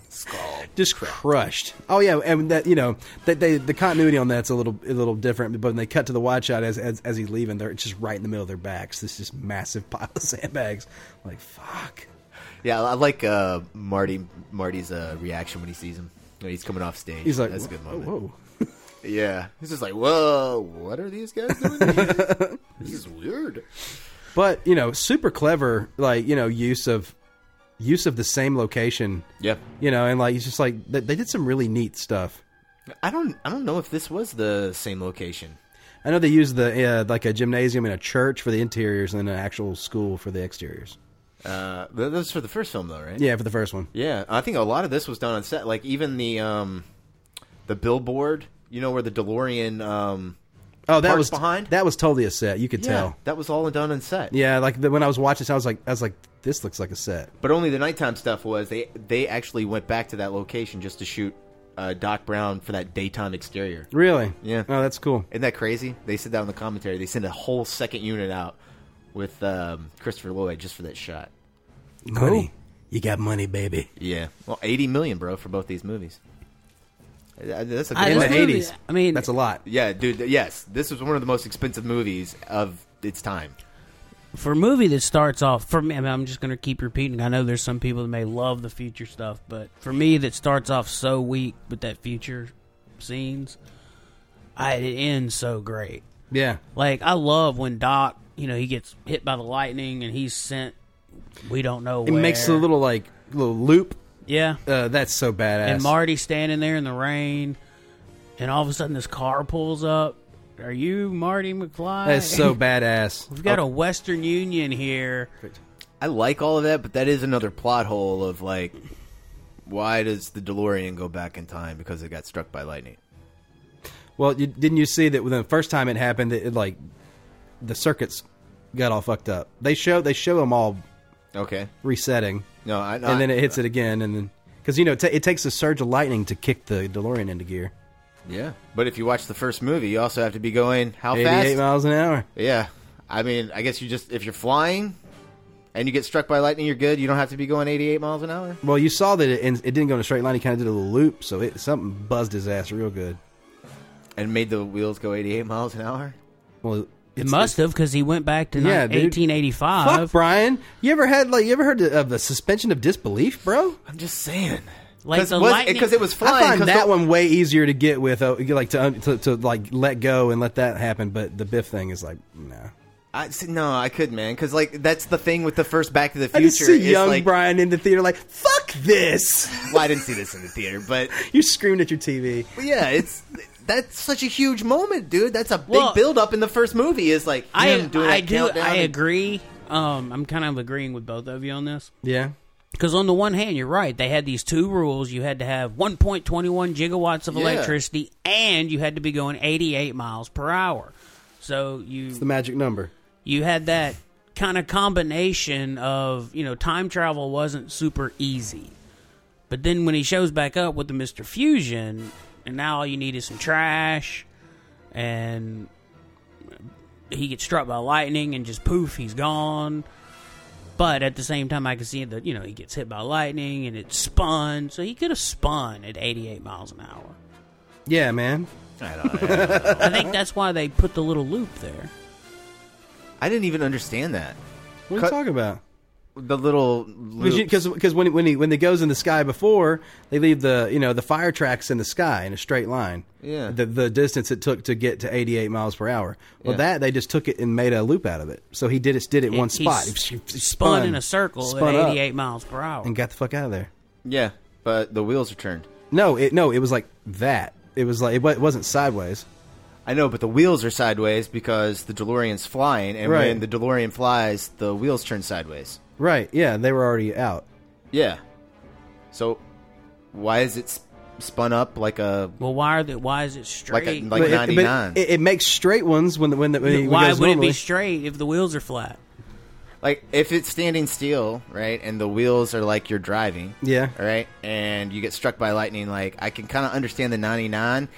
S1: Skull.
S6: just crushed. Oh yeah, and that you know that they the continuity on that's a little a little different. But when they cut to the wide shot as as, as he's leaving, they're it's just right in the middle of their backs. This just massive pile of sandbags. Like fuck.
S1: Yeah, I like uh, Marty. Marty's uh, reaction when he sees him. When he's coming off stage.
S6: He's like,
S1: that's a
S6: whoa,
S1: good moment.
S6: Whoa.
S1: Yeah, he's just like, whoa, what are these guys doing? Here? this is weird.
S6: But you know, super clever. Like you know, use of use of the same location.
S1: Yeah,
S6: You know, and like it's just like they, they did some really neat stuff.
S1: I don't, I don't know if this was the same location.
S6: I know they used the uh, like a gymnasium and a church for the interiors, and then an actual school for the exteriors.
S1: Uh, that was for the first film, though, right?
S6: Yeah, for the first one.
S1: Yeah, I think a lot of this was done on set. Like even the um, the billboard, you know, where the DeLorean. Um,
S6: Oh, that
S1: Parked
S6: was
S1: behind?
S6: That was totally a set. You could
S1: yeah,
S6: tell.
S1: that was all done on set.
S6: Yeah, like the, when I was watching, this, I was like, I was like, this looks like a set.
S1: But only the nighttime stuff was they they actually went back to that location just to shoot uh, Doc Brown for that daytime exterior.
S6: Really?
S1: Yeah.
S6: Oh, that's cool.
S1: Isn't that crazy? They said that in the commentary. They sent a whole second unit out with um, Christopher Lloyd just for that shot.
S6: Money. You got money, baby.
S1: Yeah, well, eighty million, bro, for both these movies. Uh, That's a
S5: I-
S1: good one.
S6: In the
S5: this movie-
S6: eighties.
S5: I mean-
S6: that's a lot.
S1: Yeah, dude. th- Yes, this was one of the most expensive movies of its time.
S5: for a movie that starts off for me, I mean, I'm just going to keep repeating. I know there's some people that may love the future stuff, but for me, that starts off so weak with that future scenes, I it ends so great.
S6: Yeah.
S5: Like I love when Doc, you know, he gets hit by the lightning and he's sent. We don't know.
S6: It makes a
S5: where.
S6: little like little loop.
S5: Yeah.
S6: Uh, that's so badass.
S5: And Marty's standing there in the rain, and all of a sudden this car pulls up. Are you Marty McFly?
S6: That's so badass.
S5: We've got a Western Union here.
S1: I like all of that, but that is another plot hole of like, why does the DeLorean go back in time because it got struck by lightning?
S6: Oh, Well, you, didn't you see that when the first time it happened, it, it, like the circuits got all fucked up. They show they show them all
S1: Okay.
S6: resetting.
S1: No, I-
S6: and then it hits it again, and then because you know it ta it takes a surge of lightning to kick the DeLorean into gear.
S1: Yeah. But if you watch the first movie, you also have to be going how
S6: 88
S1: fast?
S6: miles an hour.
S1: Yeah. I mean, I guess you just if you're flying and you get struck by lightning, you're good. You don't have to be going 88 miles an hour.
S6: Well, you saw that it, it didn't go in a straight line. He kind of did a little loop, so it, something buzzed his ass real good.
S1: And made the wheels go 88 miles an hour.
S6: Well,
S5: It must have because he went back to
S6: Yeah,
S5: ni-
S6: dude.
S5: 1885.
S6: Fuck, Brian. You ever had like you ever heard of the suspension of disbelief, bro?
S1: I'm just saying.
S5: Like
S1: Because
S5: the lightning-
S1: it was flying.
S6: I find
S1: 'cause
S6: that
S1: the-
S6: one way easier to get with, uh, like to, un- to to like let go and let that happen. But the Biff thing is like, no.
S1: I, see, no, I could, man, because like that's the thing with the first Back to the Future.
S6: I just see
S1: is,
S6: young
S1: like,
S6: Brian in the theater like, fuck this.
S1: well, I didn't see this in the theater, but
S6: you screamed at your TV.
S1: but yeah, it's that's such a huge moment, dude. That's a big
S5: Well-
S1: build up in the first movie. Is like
S5: I,
S1: him doing
S5: I
S1: that
S5: do.
S1: countdown
S5: I
S1: and-
S5: agree. Um, I'm kind of agreeing with both of you on this.
S6: Yeah.
S5: Because on the one hand, you're right. They had these two rules. You had to have 1.21 gigawatts of
S1: Yeah.
S5: electricity, and you had to be going 88 miles per hour. So you
S6: The magic number.
S5: you had that kind of combination of you know time travel wasn't super easy, but then when he shows back up with the Mister Fusion, and now all you need is some trash, and he gets struck by lightning and just poof, he's gone. But at the same time, I can see that you know he gets hit by lightning and it spun, so he could have spun at 88 miles an hour.
S6: Yeah, man.
S1: I, don't, I, don't-
S5: I think that's why they put the little loop there.
S1: I didn't even understand that
S6: What are
S1: Cut-
S6: you talking about?
S1: the little loop.
S6: Because because when it- when he when it goes in the sky before they leave the you know the fire tracks in the sky in a straight line.
S1: Yeah.
S6: The the distance it took to get to 88 miles per hour. Well,
S1: Yeah.
S6: that they just took it and made a loop out of it. So he did it did it
S5: It-
S6: one
S5: he
S6: spot.
S5: s-
S6: He
S5: spun, in a circle
S6: spun
S5: at
S6: up
S5: 88 miles per hour.
S6: and got the fuck out of there.
S1: yeah, but the wheels are turned.
S6: No, it no, it was like that. It was like it, wa- it wasn't sideways.
S1: I know, but the wheels are sideways because the DeLorean's flying, and
S6: Right.
S1: when the DeLorean flies, the wheels turn sideways.
S6: Right. Yeah, they were already out.
S1: Yeah. So, why is it sp- spun up like a
S5: well, why are the, why is it
S1: like
S5: straight?
S1: a, like
S6: it-
S1: ninety nine?
S6: it, it makes straight ones when the when the when it
S5: why
S6: goes
S5: would it
S6: normally.
S5: be straight if the wheels are flat?
S1: Like if it's standing still, right, and the wheels are like you're driving,
S6: Yeah.
S1: all right, and you get struck by lightning. Like I can kind of understand the ninety nine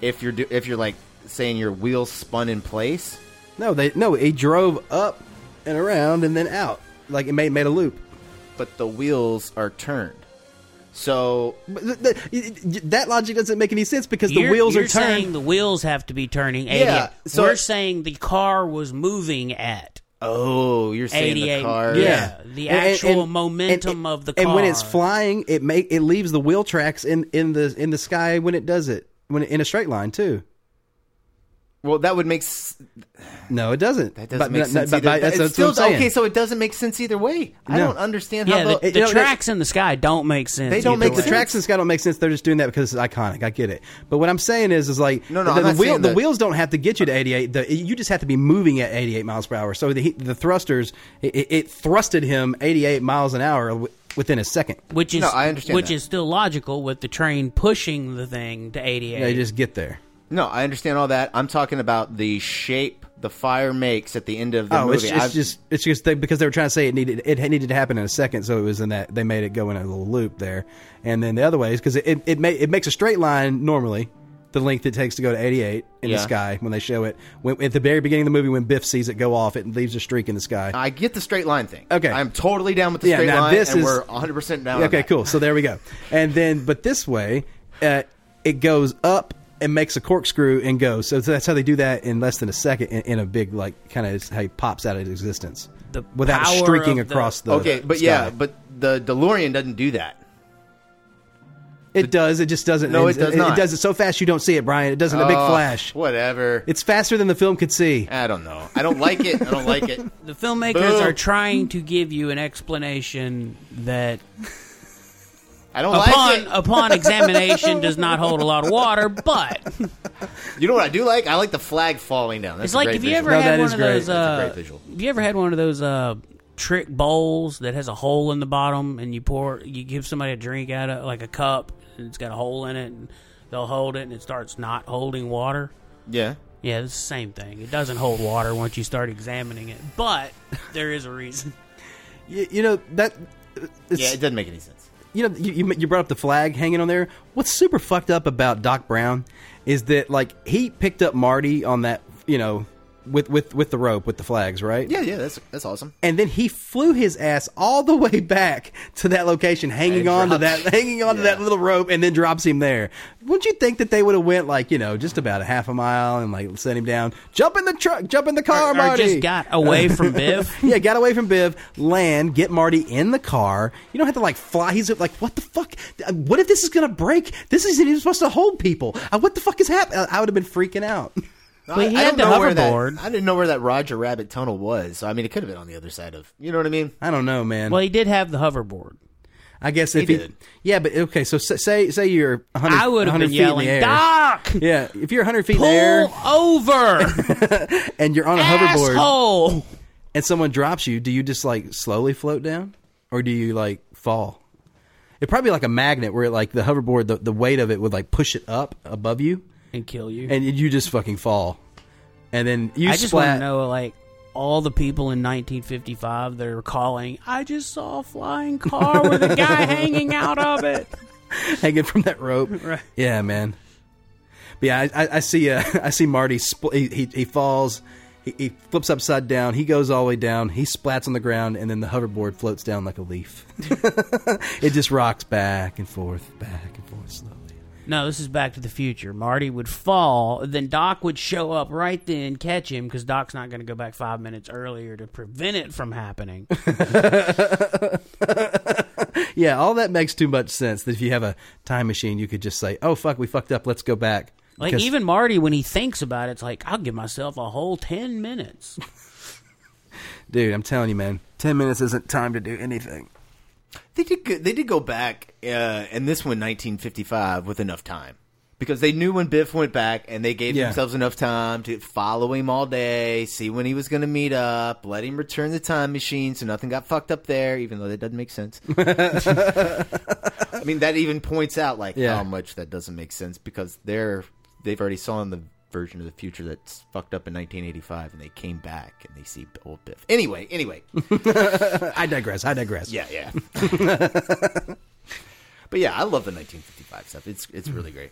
S1: if you're do- if you're like saying your wheels spun in place.
S6: No, they no. It drove up and around and then out. Like it made made a loop.
S1: but the wheels are turned. So
S6: But th- th- y- y- that logic doesn't make any sense because the
S5: You're-
S6: wheels
S5: you're
S6: are turned.
S5: saying the wheels have to be turning 88.
S1: Yeah, so-
S5: We're saying the car was moving at
S1: oh, you're saying
S5: 88.
S1: the car?
S5: Yeah. The
S6: And- and-
S5: actual
S6: and- and-
S5: momentum of the car.
S6: And when it's flying, it make it leaves the wheel tracks in in the in the sky when it does it when it, in a straight line too.
S1: Well, that would make s-
S6: No, it doesn't.
S1: that doesn't
S6: But-
S1: make
S6: but-
S1: sense
S6: but-
S1: either.
S6: but that's,
S1: It's
S6: that's
S1: still
S6: what I'm saying.
S1: okay. So it doesn't make sense either way. I
S6: No.
S1: don't understand
S5: Yeah,
S1: how
S5: the,
S1: the,
S5: the
S6: you know, that-
S5: tracks in the sky don't make sense.
S1: They don't
S5: either
S1: make
S5: way.
S6: the
S1: sense.
S6: tracks and sky don't make sense. They're just doing that because it's iconic. I get it. But what I'm saying is, is like
S1: No, no,
S6: the,
S1: I'm not
S6: the wheel,
S1: saying
S6: the
S1: that.
S6: wheels don't have to get you to 88. The, you just have to be moving at 88 miles per hour. So the, heat- the thrusters, it, it- it thrusted him 88 miles an hour w- within a second.
S5: Which is
S1: No, I understand
S5: which
S1: that.
S5: is still logical with the train pushing the thing to 88.
S6: They just get there.
S1: no. I understand all that. I'm talking about the shape the fire makes at the end of the
S6: oh,
S1: movie.
S6: it's, it's
S1: I've-
S6: just it's just they, because they were trying to say it needed it needed to happen in a second, so it was in that they made it go in a little loop there, and then the other way is because it it, it, ma- it makes a straight line normally, the length it takes to go to eighty eight in
S1: Yeah.
S6: the sky when they show it when, at the very beginning of the movie when Biff sees it go off, it leaves a streak in the sky.
S1: I get the straight line thing.
S6: Okay.
S1: I'm totally down with the
S6: Yeah,
S1: straight
S6: now
S1: line,
S6: this
S1: and
S6: is-
S1: we're 100 percent down. on
S6: okay,
S1: that.
S6: cool. So there we go, and then but this way, uh, it goes up. And makes a corkscrew and goes. So that's how they do that in less than a second in, in a big, like, kind of how he pops out of existence
S5: The
S6: without
S5: power
S6: streaking
S5: of the-
S6: across the.
S1: Okay, but
S6: sky.
S1: yeah, but the DeLorean doesn't do that.
S6: It does. It just doesn't.
S1: No, it does not.
S6: It does it so fast you don't see it, Brian. It does in a big
S1: Oh,
S6: flash.
S1: Whatever.
S6: It's faster than the film could see.
S1: I don't know. I don't like it. I don't like it.
S5: The filmmakers
S1: Boo.
S5: are trying to give you an explanation that
S1: I don't
S5: upon,
S1: like it.
S5: Upon examination, does not hold a lot of water, but
S1: You know what I do like? I like the flag falling down. That's
S5: it's
S1: a
S5: like
S1: great
S5: if you
S1: visual.
S5: ever had one of those.
S1: That's a
S5: Uh,
S1: great visual.
S5: Have you ever had one of those uh, trick bowls that has a hole in the bottom, and you pour, you give somebody a drink out of like a cup, and it's got a hole in it, and they'll hold it, and it starts not holding water.
S1: Yeah.
S5: Yeah, it's the same thing. It doesn't hold water once you start examining it, but there is a reason.
S6: You, you know that. It's,
S1: Yeah, it doesn't make any sense.
S6: you know, you, you- you brought up the flag hanging on there. What's super fucked up about Doc Brown is that like he picked up Marty on that, you know, with with with the rope with the flags, right?
S1: Yeah, yeah, that's that's awesome.
S6: And then he flew his ass all the way back to that location, hanging
S1: And
S6: on to that,
S1: dropped-
S6: hanging on to that little rope, and then drops him there. Wouldn't you think that they would have went like you know just about a half a mile and like set him down, jump in the truck, jump in the car,
S5: Or
S6: Marty?
S5: just got away from Biff.
S6: yeah, got away from Biv, land, get Marty in the car. You don't have to like fly. He's like, what the fuck? Uh, What if this is gonna break? This isn't even supposed to hold people. Uh, What the fuck is happening? I would have been freaking out.
S5: But he
S1: I
S5: had
S1: don't
S5: the
S1: know where that-
S5: hoverboard.
S1: I didn't know where that Roger Rabbit tunnel was. So I mean, it could have been on the other side of. You know what I mean?
S6: I don't know, man.
S5: Well, he did have the hoverboard.
S6: I guess if
S1: he
S6: he,
S1: did.
S6: yeah, but okay. So s- say say you're 100,
S5: I would have
S6: 100
S5: been
S6: feet in the
S5: yelling,
S6: air.
S5: Doc,
S6: Yeah, if you're 100 feet in
S5: pull
S6: the air
S5: over,
S6: and you're on a hoverboard
S5: asshole.
S6: and someone drops you, do you just like slowly float down, or do you like fall? It'd probably be like a magnet where it, like the hoverboard, the, the weight of it would like push it up above you,
S5: And kill you.
S6: and you just fucking fall, and then you
S5: I just want
S6: splat.
S5: to know, like, all the people in 1955 that are calling, I just saw a flying car with a guy hanging out of it.
S6: hanging from that rope.
S5: Right.
S6: Yeah, man. But yeah, I, I, I see. Uh, I see Marty. Spl- he, he he falls. He, he flips upside down. He goes all the way down. He splats on the ground, and then the hoverboard floats down like a leaf. it just rocks back and forth, back and forth slowly.
S5: No, this is Back to the Future. Marty would fall, then Doc would show up right then, catch him, because Doc's not going to go back five minutes earlier to prevent it from happening.
S6: Yeah, all that makes too much sense. That if you have a time machine, you could just say, "Oh fuck, we fucked up. Let's go back."
S5: Like,
S6: Because-
S5: even Marty, when he thinks about it, it's like, I'll give myself a whole 10 minutes.
S6: dude, I'm telling you, man, ten minutes isn't time to do anything.
S1: They did. go- They did go back uh, and this one, 1955, with enough time because they knew when Biff went back, and they gave
S6: Yeah.
S1: themselves enough time to follow him all day, see when he was going to meet up, let him return the time machine, so nothing got fucked up there. Even though that doesn't make sense. I mean, that even points out like
S6: Yeah.
S1: how much that doesn't make sense because they're they've already saw in the version of the future that's fucked up in 1985, and they came back and they see old Biff. Anyway, anyway.
S6: I digress. I digress.
S1: Yeah, yeah. but yeah, I love the 1955 stuff. It's it's really great.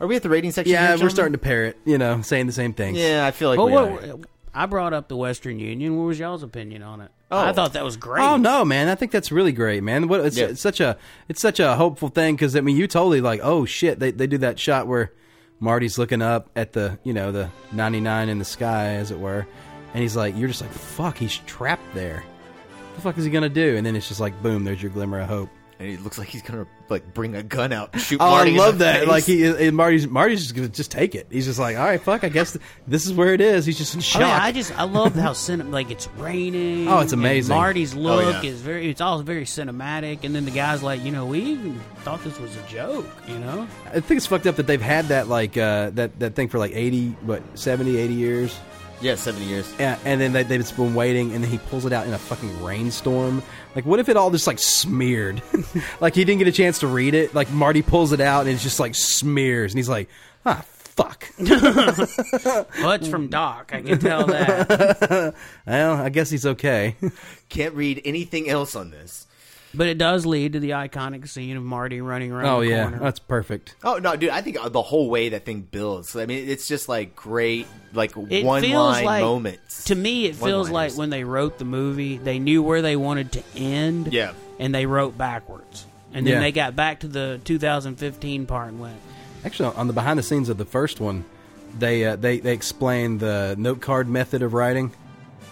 S1: Are we at the rating section?
S6: yeah,
S1: here,
S6: we're
S1: gentlemen?
S6: starting to pair it. You know, saying the same things.
S1: Yeah, I feel like.
S5: But
S1: we
S5: what,
S1: are.
S5: I brought up the Western Union. What was y'all's opinion on it?
S1: Oh.
S5: I thought that was great.
S6: Oh no, man! I think that's really great, man. What it's,
S1: Yeah.
S6: it's such a it's such a hopeful thing because I mean, you totally like, oh shit, they they do that shot where Marty's looking up at the you know the ninety nine in the sky, as it were, and he's like, you're just like, fuck, he's trapped there. What the fuck is he gonna do? And then it's just like, boom, there's your glimmer of hope.
S1: And it looks like he's gonna like bring a gun out, and shoot.
S6: Oh,
S1: Marty
S6: I
S1: in
S6: love
S1: the
S6: that!
S1: face.
S6: Like he and Marty's Marty's just gonna just take it. He's just like, all right, fuck, I guess th- this is where it is. He's just in
S5: I,
S6: shock.
S5: mean, I just I love how cinem like it's raining.
S6: Oh, it's
S5: and
S6: amazing.
S5: Marty's look
S1: Oh, yeah.
S5: is very it's all very cinematic, and then the guy's like, you know, we even thought this was a joke, you know.
S6: I think it's fucked up that they've had that like uh, that that thing for like eighty, what 70, 80 years.
S1: yeah, seventy years.
S6: Yeah, and then they, they've just been waiting, and then he pulls it out in a fucking rainstorm. Like, what if it all just like smeared? like he didn't get a chance to read it. Like Marty pulls it out, and it's just like smears, and he's like, ah, fuck.
S5: Well, it's from Doc. I can tell that.
S6: well, I guess he's okay.
S1: Can't read anything else on this.
S5: but it does lead to the iconic scene of Marty running around.
S6: oh
S5: the
S6: yeah,
S5: corner.
S6: that's perfect.
S1: Oh no, dude! I think the whole way that thing builds. I mean, it's just like great, like
S5: It
S1: one
S5: feels
S1: line
S5: like
S1: moments.
S5: to me. It feels like
S1: One-liners.
S5: when they wrote the movie, they knew where they wanted to end.
S1: Yeah.
S5: and they wrote backwards, and then
S6: Yeah.
S5: they got back to the 2015 part and went.
S6: Actually, on the behind the scenes of the first one, they uh, they they explain the note card method of writing.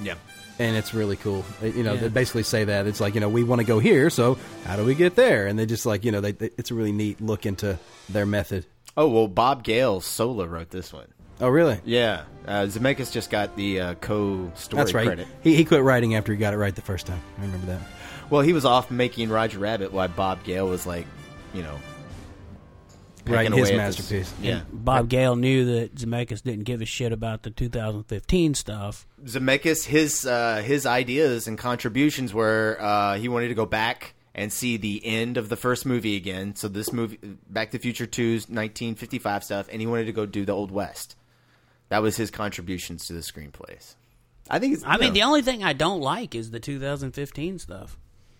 S1: yeah,
S6: and it's really cool. It- you know,
S5: Yeah.
S6: they basically say that it's like you know we want to go here, so how do we get there? And they just like you know, they, they, it's a really neat look into their method.
S1: Oh well, Bob Gale solo wrote this one.
S6: Oh, really?
S1: Yeah, uh, Zemeckis just got the uh, co-story
S6: That's right.
S1: credit.
S6: He he quit writing after he got it right the first time. I remember that.
S1: Well, he was off making Roger Rabbit while Bob Gale was like you know,
S6: Right,
S1: pecking
S6: his
S1: away at this-
S6: masterpiece.
S1: Yeah.
S5: Bob Gale knew that Zemeckis didn't give a shit about the 2015 stuff.
S1: Zemeckis, his uh, his ideas and contributions were uh, he wanted to go back and see the end of the first movie again. So this movie, Back to the Future 2's 1955 stuff, and he wanted to go do the Old West. That was his contributions to the screenplays. I think. It's,
S5: I
S1: you
S5: mean,
S1: know,
S5: the only thing I don't like is the 2015 stuff.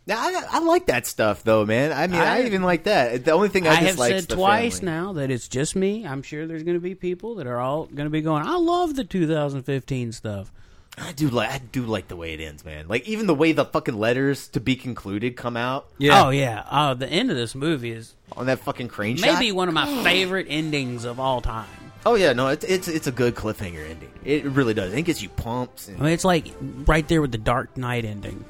S1: Now, I, I like that stuff though, man. I mean, I,
S5: I-
S1: even like that. The only thing
S5: I
S1: I,
S5: have
S1: dislike is
S5: said
S1: the
S5: twice
S1: family.
S5: now that it's just me. I'm sure there's going to be people that are all going to be going, I love the 2015 stuff.
S1: I do like I do like the way it ends, man. Like even the way the fucking letters to be concluded come out
S5: Oh, yeah. Oh, the end of this movie is
S1: on that fucking crane shot.
S5: maybe one of my favorite endings of all time.
S1: Oh yeah, no, it's it's it's a good cliffhanger ending. It really does. It gets you pumps.
S5: I
S1: And
S5: mean, it's like right there with the Dark Knight ending.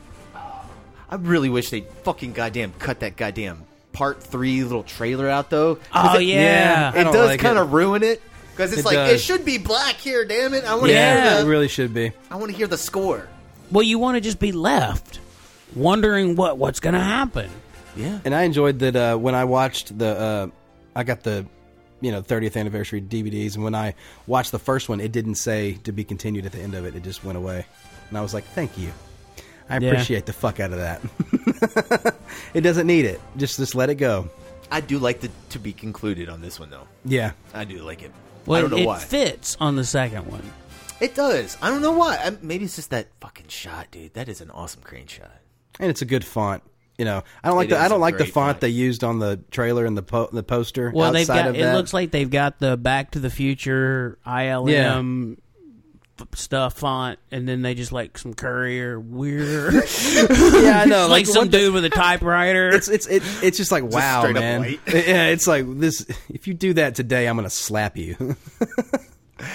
S1: I really wish they fucking goddamn cut that goddamn part three little trailer out though. 'Cause
S5: Oh,
S1: it,
S5: yeah.
S6: Ah, I
S1: it
S6: don't
S1: does
S6: like
S1: kind
S6: it.
S1: of ruin it because it's
S6: It
S1: like it
S6: does.
S1: should be black here. Damn it! I want to
S6: Yeah,
S1: hear
S6: it
S1: the,
S6: really should be.
S1: I want to hear the score.
S5: Well, you want to just be left wondering what what's going to happen.
S1: Yeah,
S6: And I enjoyed that uh, when I watched the, uh, I got the, you know, 30th anniversary DVDs, and when I watched the first one, it didn't say to be continued at the end of it. It just went away, and I was like, thank you. I
S5: Yeah.
S6: appreciate the fuck out of that. it doesn't need it. Just just let it go.
S1: I do like the to be concluded on this one though.
S6: Yeah.
S1: I do like it.
S5: Well,
S1: I don't know
S5: it
S1: why
S5: fits on the second one.
S1: it does. I don't know why. I, maybe it's just that fucking shot, dude. That is an awesome crane shot.
S6: And it's a good font. You know, I don't like
S1: It
S6: the
S1: is
S6: I
S1: a
S6: don't like the
S1: great
S6: font
S1: font.
S6: they used on the trailer and the po- the poster.
S5: Well, they've
S6: outside
S5: got.
S6: of
S5: It
S6: that.
S5: looks like they've got the Back to the Future ILM f- stuff font, and then they just like some courier weird,
S6: yeah, I know,
S5: like, some
S6: what the-
S5: dude with a typewriter.
S6: It's it's it, it's just like wow,
S1: straight up
S6: man.
S1: white.
S6: yeah, it's like this. If you do that today, I'm gonna slap you.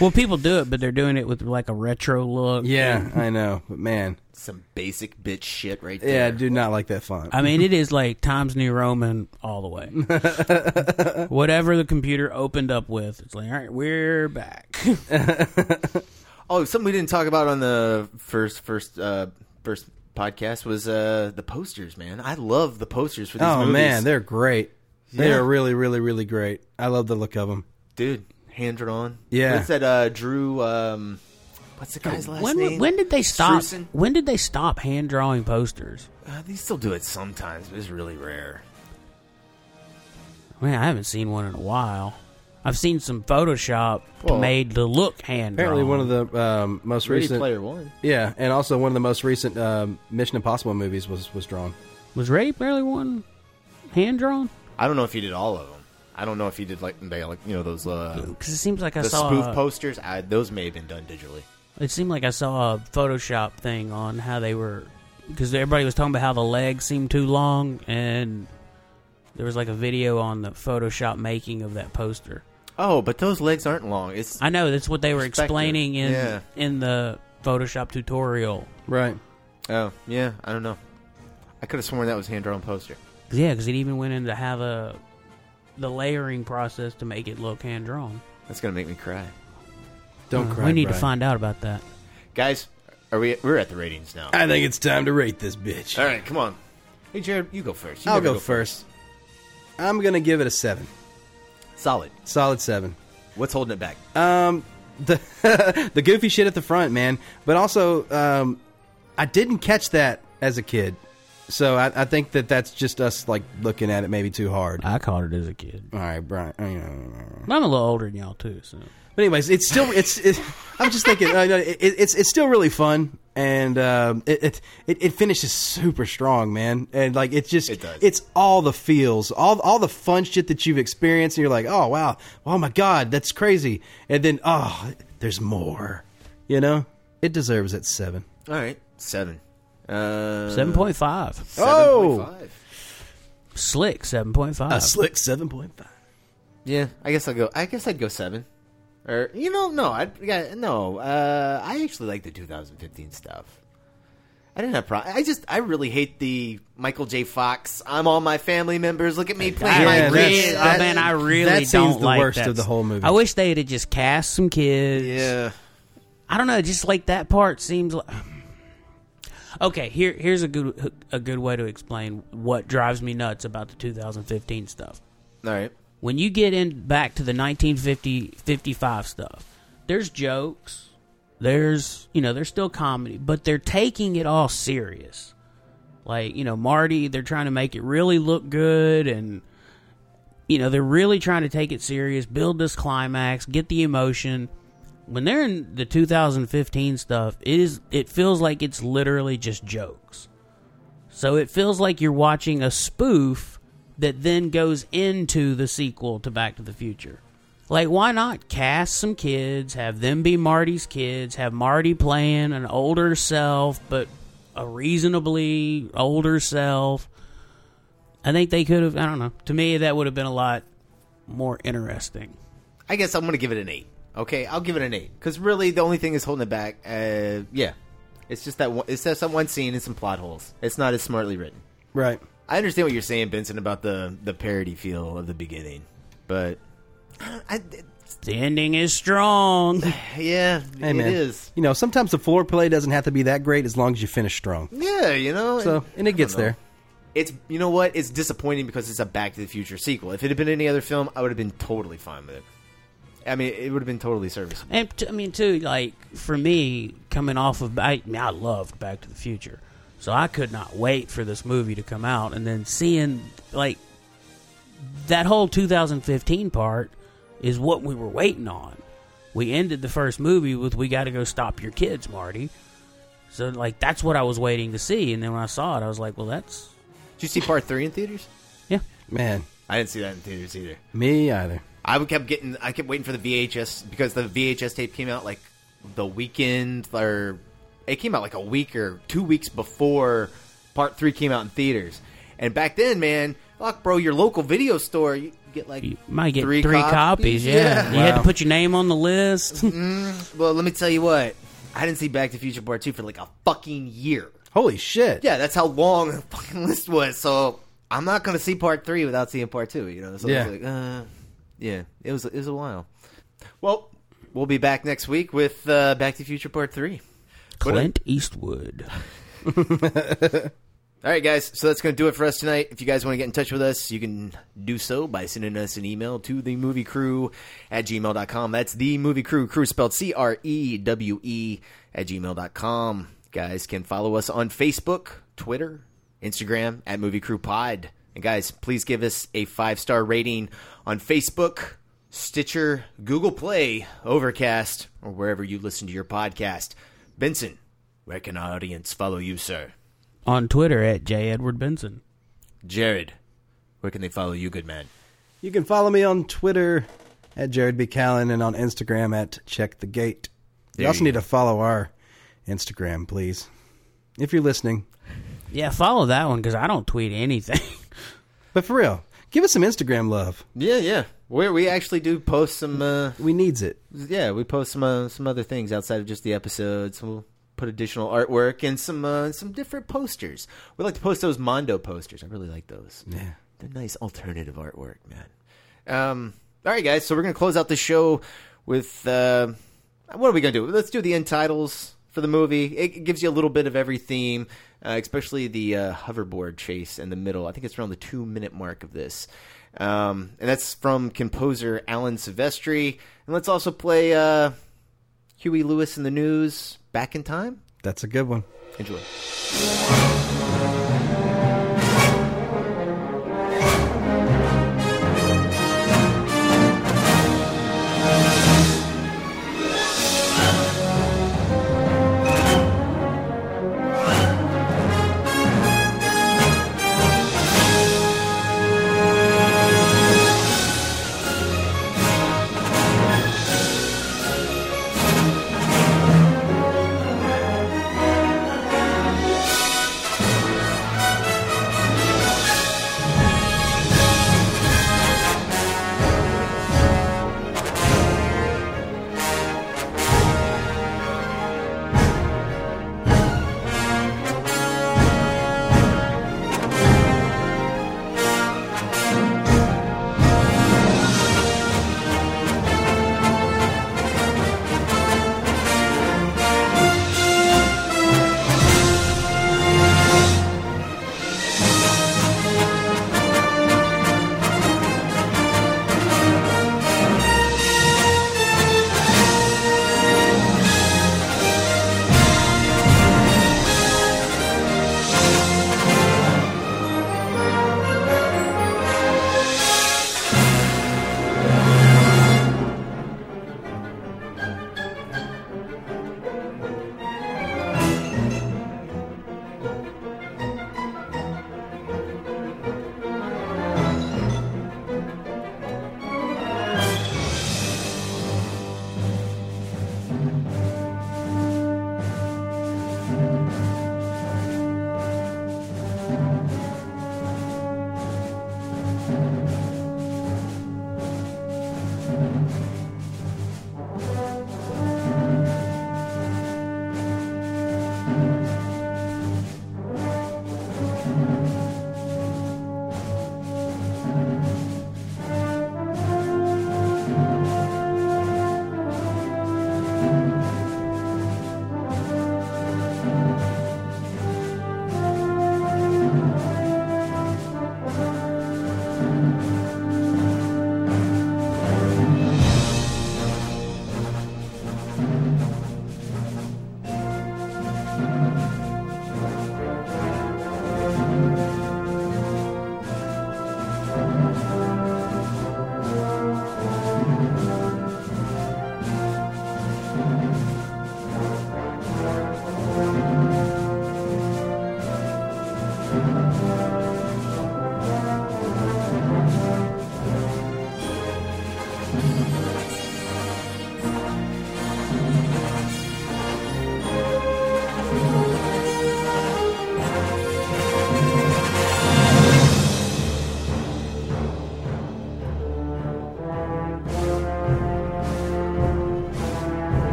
S5: well, people do it, but they're doing it with like a retro look.
S6: yeah, I know, but man,
S1: Some basic bitch shit right there.
S6: yeah, I do not like that font.
S5: I mean, it is like Times New Roman all the way. Whatever the computer opened up with, it's like, all right, we're back.
S1: Oh, something we didn't talk about on the first first uh, first podcast was uh, the posters, man. I love the posters for these
S6: oh
S1: movies.
S6: man, they're great. They
S1: Yeah.
S6: are really, really, really great. I love the look of them.
S1: dude, hand drawn.
S6: Yeah.
S1: what's that? Uh, Drew. Um, what's the guy's last
S5: when
S1: name?
S5: when did they stop?
S1: Strewson?
S5: When did they stop hand drawing posters?
S1: Uh, they still do it sometimes, but it's really rare.
S5: Man, I haven't seen one in a while. I've seen some Photoshop
S1: Well,
S5: made to look hand.
S6: Apparently, one of the um, most
S1: Ready
S6: recent,
S1: Player One.
S6: yeah, and also one of the most recent um, Mission Impossible movies was was drawn.
S5: was Ready Player One hand drawn
S1: I don't know if he did all of them. I don't know if he did like they like you know those uh,
S5: because it seems like I
S1: the
S5: saw
S1: spoof
S5: a-
S1: posters. I, those may have been done digitally.
S5: It seemed like I saw a Photoshop thing on how they were because everybody was talking about how the legs seemed too long, and there was like a video on the Photoshop making of that poster.
S1: Oh, but those legs aren't long. It's
S5: I know that's what they were
S1: Perspective,
S5: explaining in
S1: yeah.
S5: in the Photoshop tutorial.
S6: Right.
S1: oh yeah, I don't know. I could have sworn that was hand drawn poster.
S5: Yeah, because it even went into how the the layering process to make it look hand drawn.
S1: That's gonna make me cry.
S6: Don't
S5: Uh,
S6: cry.
S5: we need to
S6: Brian.
S5: find out about that.
S1: Guys, are we? We're at the ratings now.
S6: I think it's time to rate this bitch.
S1: All right, come on. Hey, Jared, you go first. You
S6: I'll
S1: never
S6: go, first. I'm gonna give it a seven.
S1: Solid.
S6: Solid seven.
S1: What's holding it back?
S6: Um, the the goofy shit at the front, man. But also, um, I didn't catch that as a kid, so I, I think that that's just us like looking at it maybe too hard.
S5: I caught it as a kid.
S6: All right, Brian. I- you know.
S5: But Mm. I'm a little older than y'all too, so
S6: But anyways, it's still it's. It, I'm just thinking. uh, no, it, it's it's still really fun, and um, it, it it it finishes super strong, man. And like it's just
S1: It does.
S6: it's all the feels, all all the fun shit that you've experienced, and you're like, oh wow, oh my god, that's crazy. And then oh, there's more. You know, it deserves that seven.
S1: All right, seven. Uh,
S5: seven point five,
S6: Oh!
S1: 7.5.
S5: slick seven point
S1: Uh,
S5: five.
S6: A slick seven point five.
S1: Yeah, I guess I'll go. I guess I'd go seven. Or you know, no, I yeah, no. Uh, I actually like the 2015 stuff. I didn't have problem. I just I really hate the Michael J. Fox. I'm all my family members. Look at me playing
S5: I
S1: my
S6: Yeah,
S5: really,
S1: green.
S6: that's-
S5: oh, man, I really
S6: that seems
S5: don't
S6: the
S5: like
S6: worst
S5: that.
S6: of the whole movie.
S5: I wish they had just cast some kids.
S1: yeah.
S5: I don't know, just like that part seems like. Okay, here here's a good a good way to explain what drives me nuts about the 2015 stuff.
S1: All right.
S5: When you get in back to the 1950 55 stuff, there's jokes, there's you know there's still comedy, but they're taking it all serious. Like you know Marty, they're trying to make it really look good, and you know they're really trying to take it serious, build this climax, get the emotion when they're in the 2015 stuff, it is it feels like it's literally just jokes. So it feels like you're watching a spoof that then goes into the sequel to Back to the Future. Like why not cast some kids, have them be Marty's kids, have Marty playing an older self but a reasonably older self. I think they could have I don't know. To me that would have been a lot more interesting.
S1: I guess I'm gonna give it an eight. Okay, I'll give it an eight because really the only thing is holding it back. Uh, yeah, it's just that one, it's just that one scene and some plot holes. It's not as smartly written.
S6: Right.
S1: I understand what you're saying, Benson, about the the parody feel of the beginning, but I,
S5: The ending is strong.
S1: yeah,
S6: Hey,
S1: it
S6: man.
S1: is.
S6: You know, sometimes the floor play doesn't have to be that great as long as you finish strong.
S1: Yeah, you know.
S6: So, and it gets
S1: know.
S6: there.
S1: it's you know what? It's disappointing because it's a Back to the Future sequel. If it had been any other film, I would have been totally fine with it. I mean, it would have been totally serviceable.
S5: And t- I mean, too, like for me, coming off of I, I mean, I loved Back to the Future, so I could not wait for this movie to come out, and then seeing like that whole 2015 part is what we were waiting on. We ended the first movie with "We got to go stop your kids, Marty." So like that's what I was waiting to see, and then when I saw it, I was like, "Well, that's
S1: Did you see Part Three in theaters?
S5: yeah."
S6: Man,
S1: I didn't see that in theaters either.
S6: me either.
S1: I would kept getting, I kept waiting for the VHS because the VHS tape came out like the weekend or it came out like a week or two weeks before Part Three came out in theaters. And back then, man, fuck, bro, your local video store, you get like
S5: You might get three, copies. Yeah, you had to
S6: Wow.
S5: put your name on the list.
S1: Well, let me tell you what, I didn't see Back to the Future Part Two for like a fucking year.
S6: Holy shit.
S1: Yeah, that's how long the fucking list was. So I'm not gonna see part three without seeing part two. You know, so
S6: Yeah.
S1: it's like, uh, yeah, it was it was a while. Well, we'll be back next week with uh, Back to the Future Part Three.
S5: Clint Eastwood.
S1: All right, guys. So that's going to do it for us tonight. If you guys want to get in touch with us, you can do so by sending us an email to the movie crew at gmail.com. That's the movie crew, crew spelled C R E W E at gmail.com. Guys can follow us on Facebook, Twitter, Instagram at movie crew pod. And guys, please give us a five star rating on Facebook, Stitcher, Google Play, Overcast, or wherever you listen to your podcast. Benson, where can our audience follow you, sir?
S5: on Twitter at J. Edward Benson.
S1: Jared, where can they follow you, good man?
S6: You can follow me on Twitter at Jared B. Callen and on Instagram at Check the Gate. You
S1: There
S6: also
S1: you
S6: need
S1: go.
S6: to follow our Instagram, please. If you're listening.
S5: Yeah, follow that one because I don't tweet anything.
S6: But for real, give us some Instagram love.
S1: Yeah, yeah. Where we actually do post some, uh,
S6: We needs it.
S1: yeah, we post some uh, some other things outside of just the episodes. We'll put additional artwork and some uh, some different posters. We like to post those Mondo posters. I really like those. Yeah, they're nice alternative artwork, man. Um, all right, guys. So we're gonna close out the show with uh, what are we gonna do? Let's do the end titles for the movie. It it gives you a little bit of every theme, uh, especially the uh, hoverboard chase in the middle. I think it's around the two minute mark of this, um, and that's from composer Alan Silvestri. And let's also play uh, Huey Lewis in the News. Back in time.
S6: That's a good one.
S1: Enjoy.
S4: Back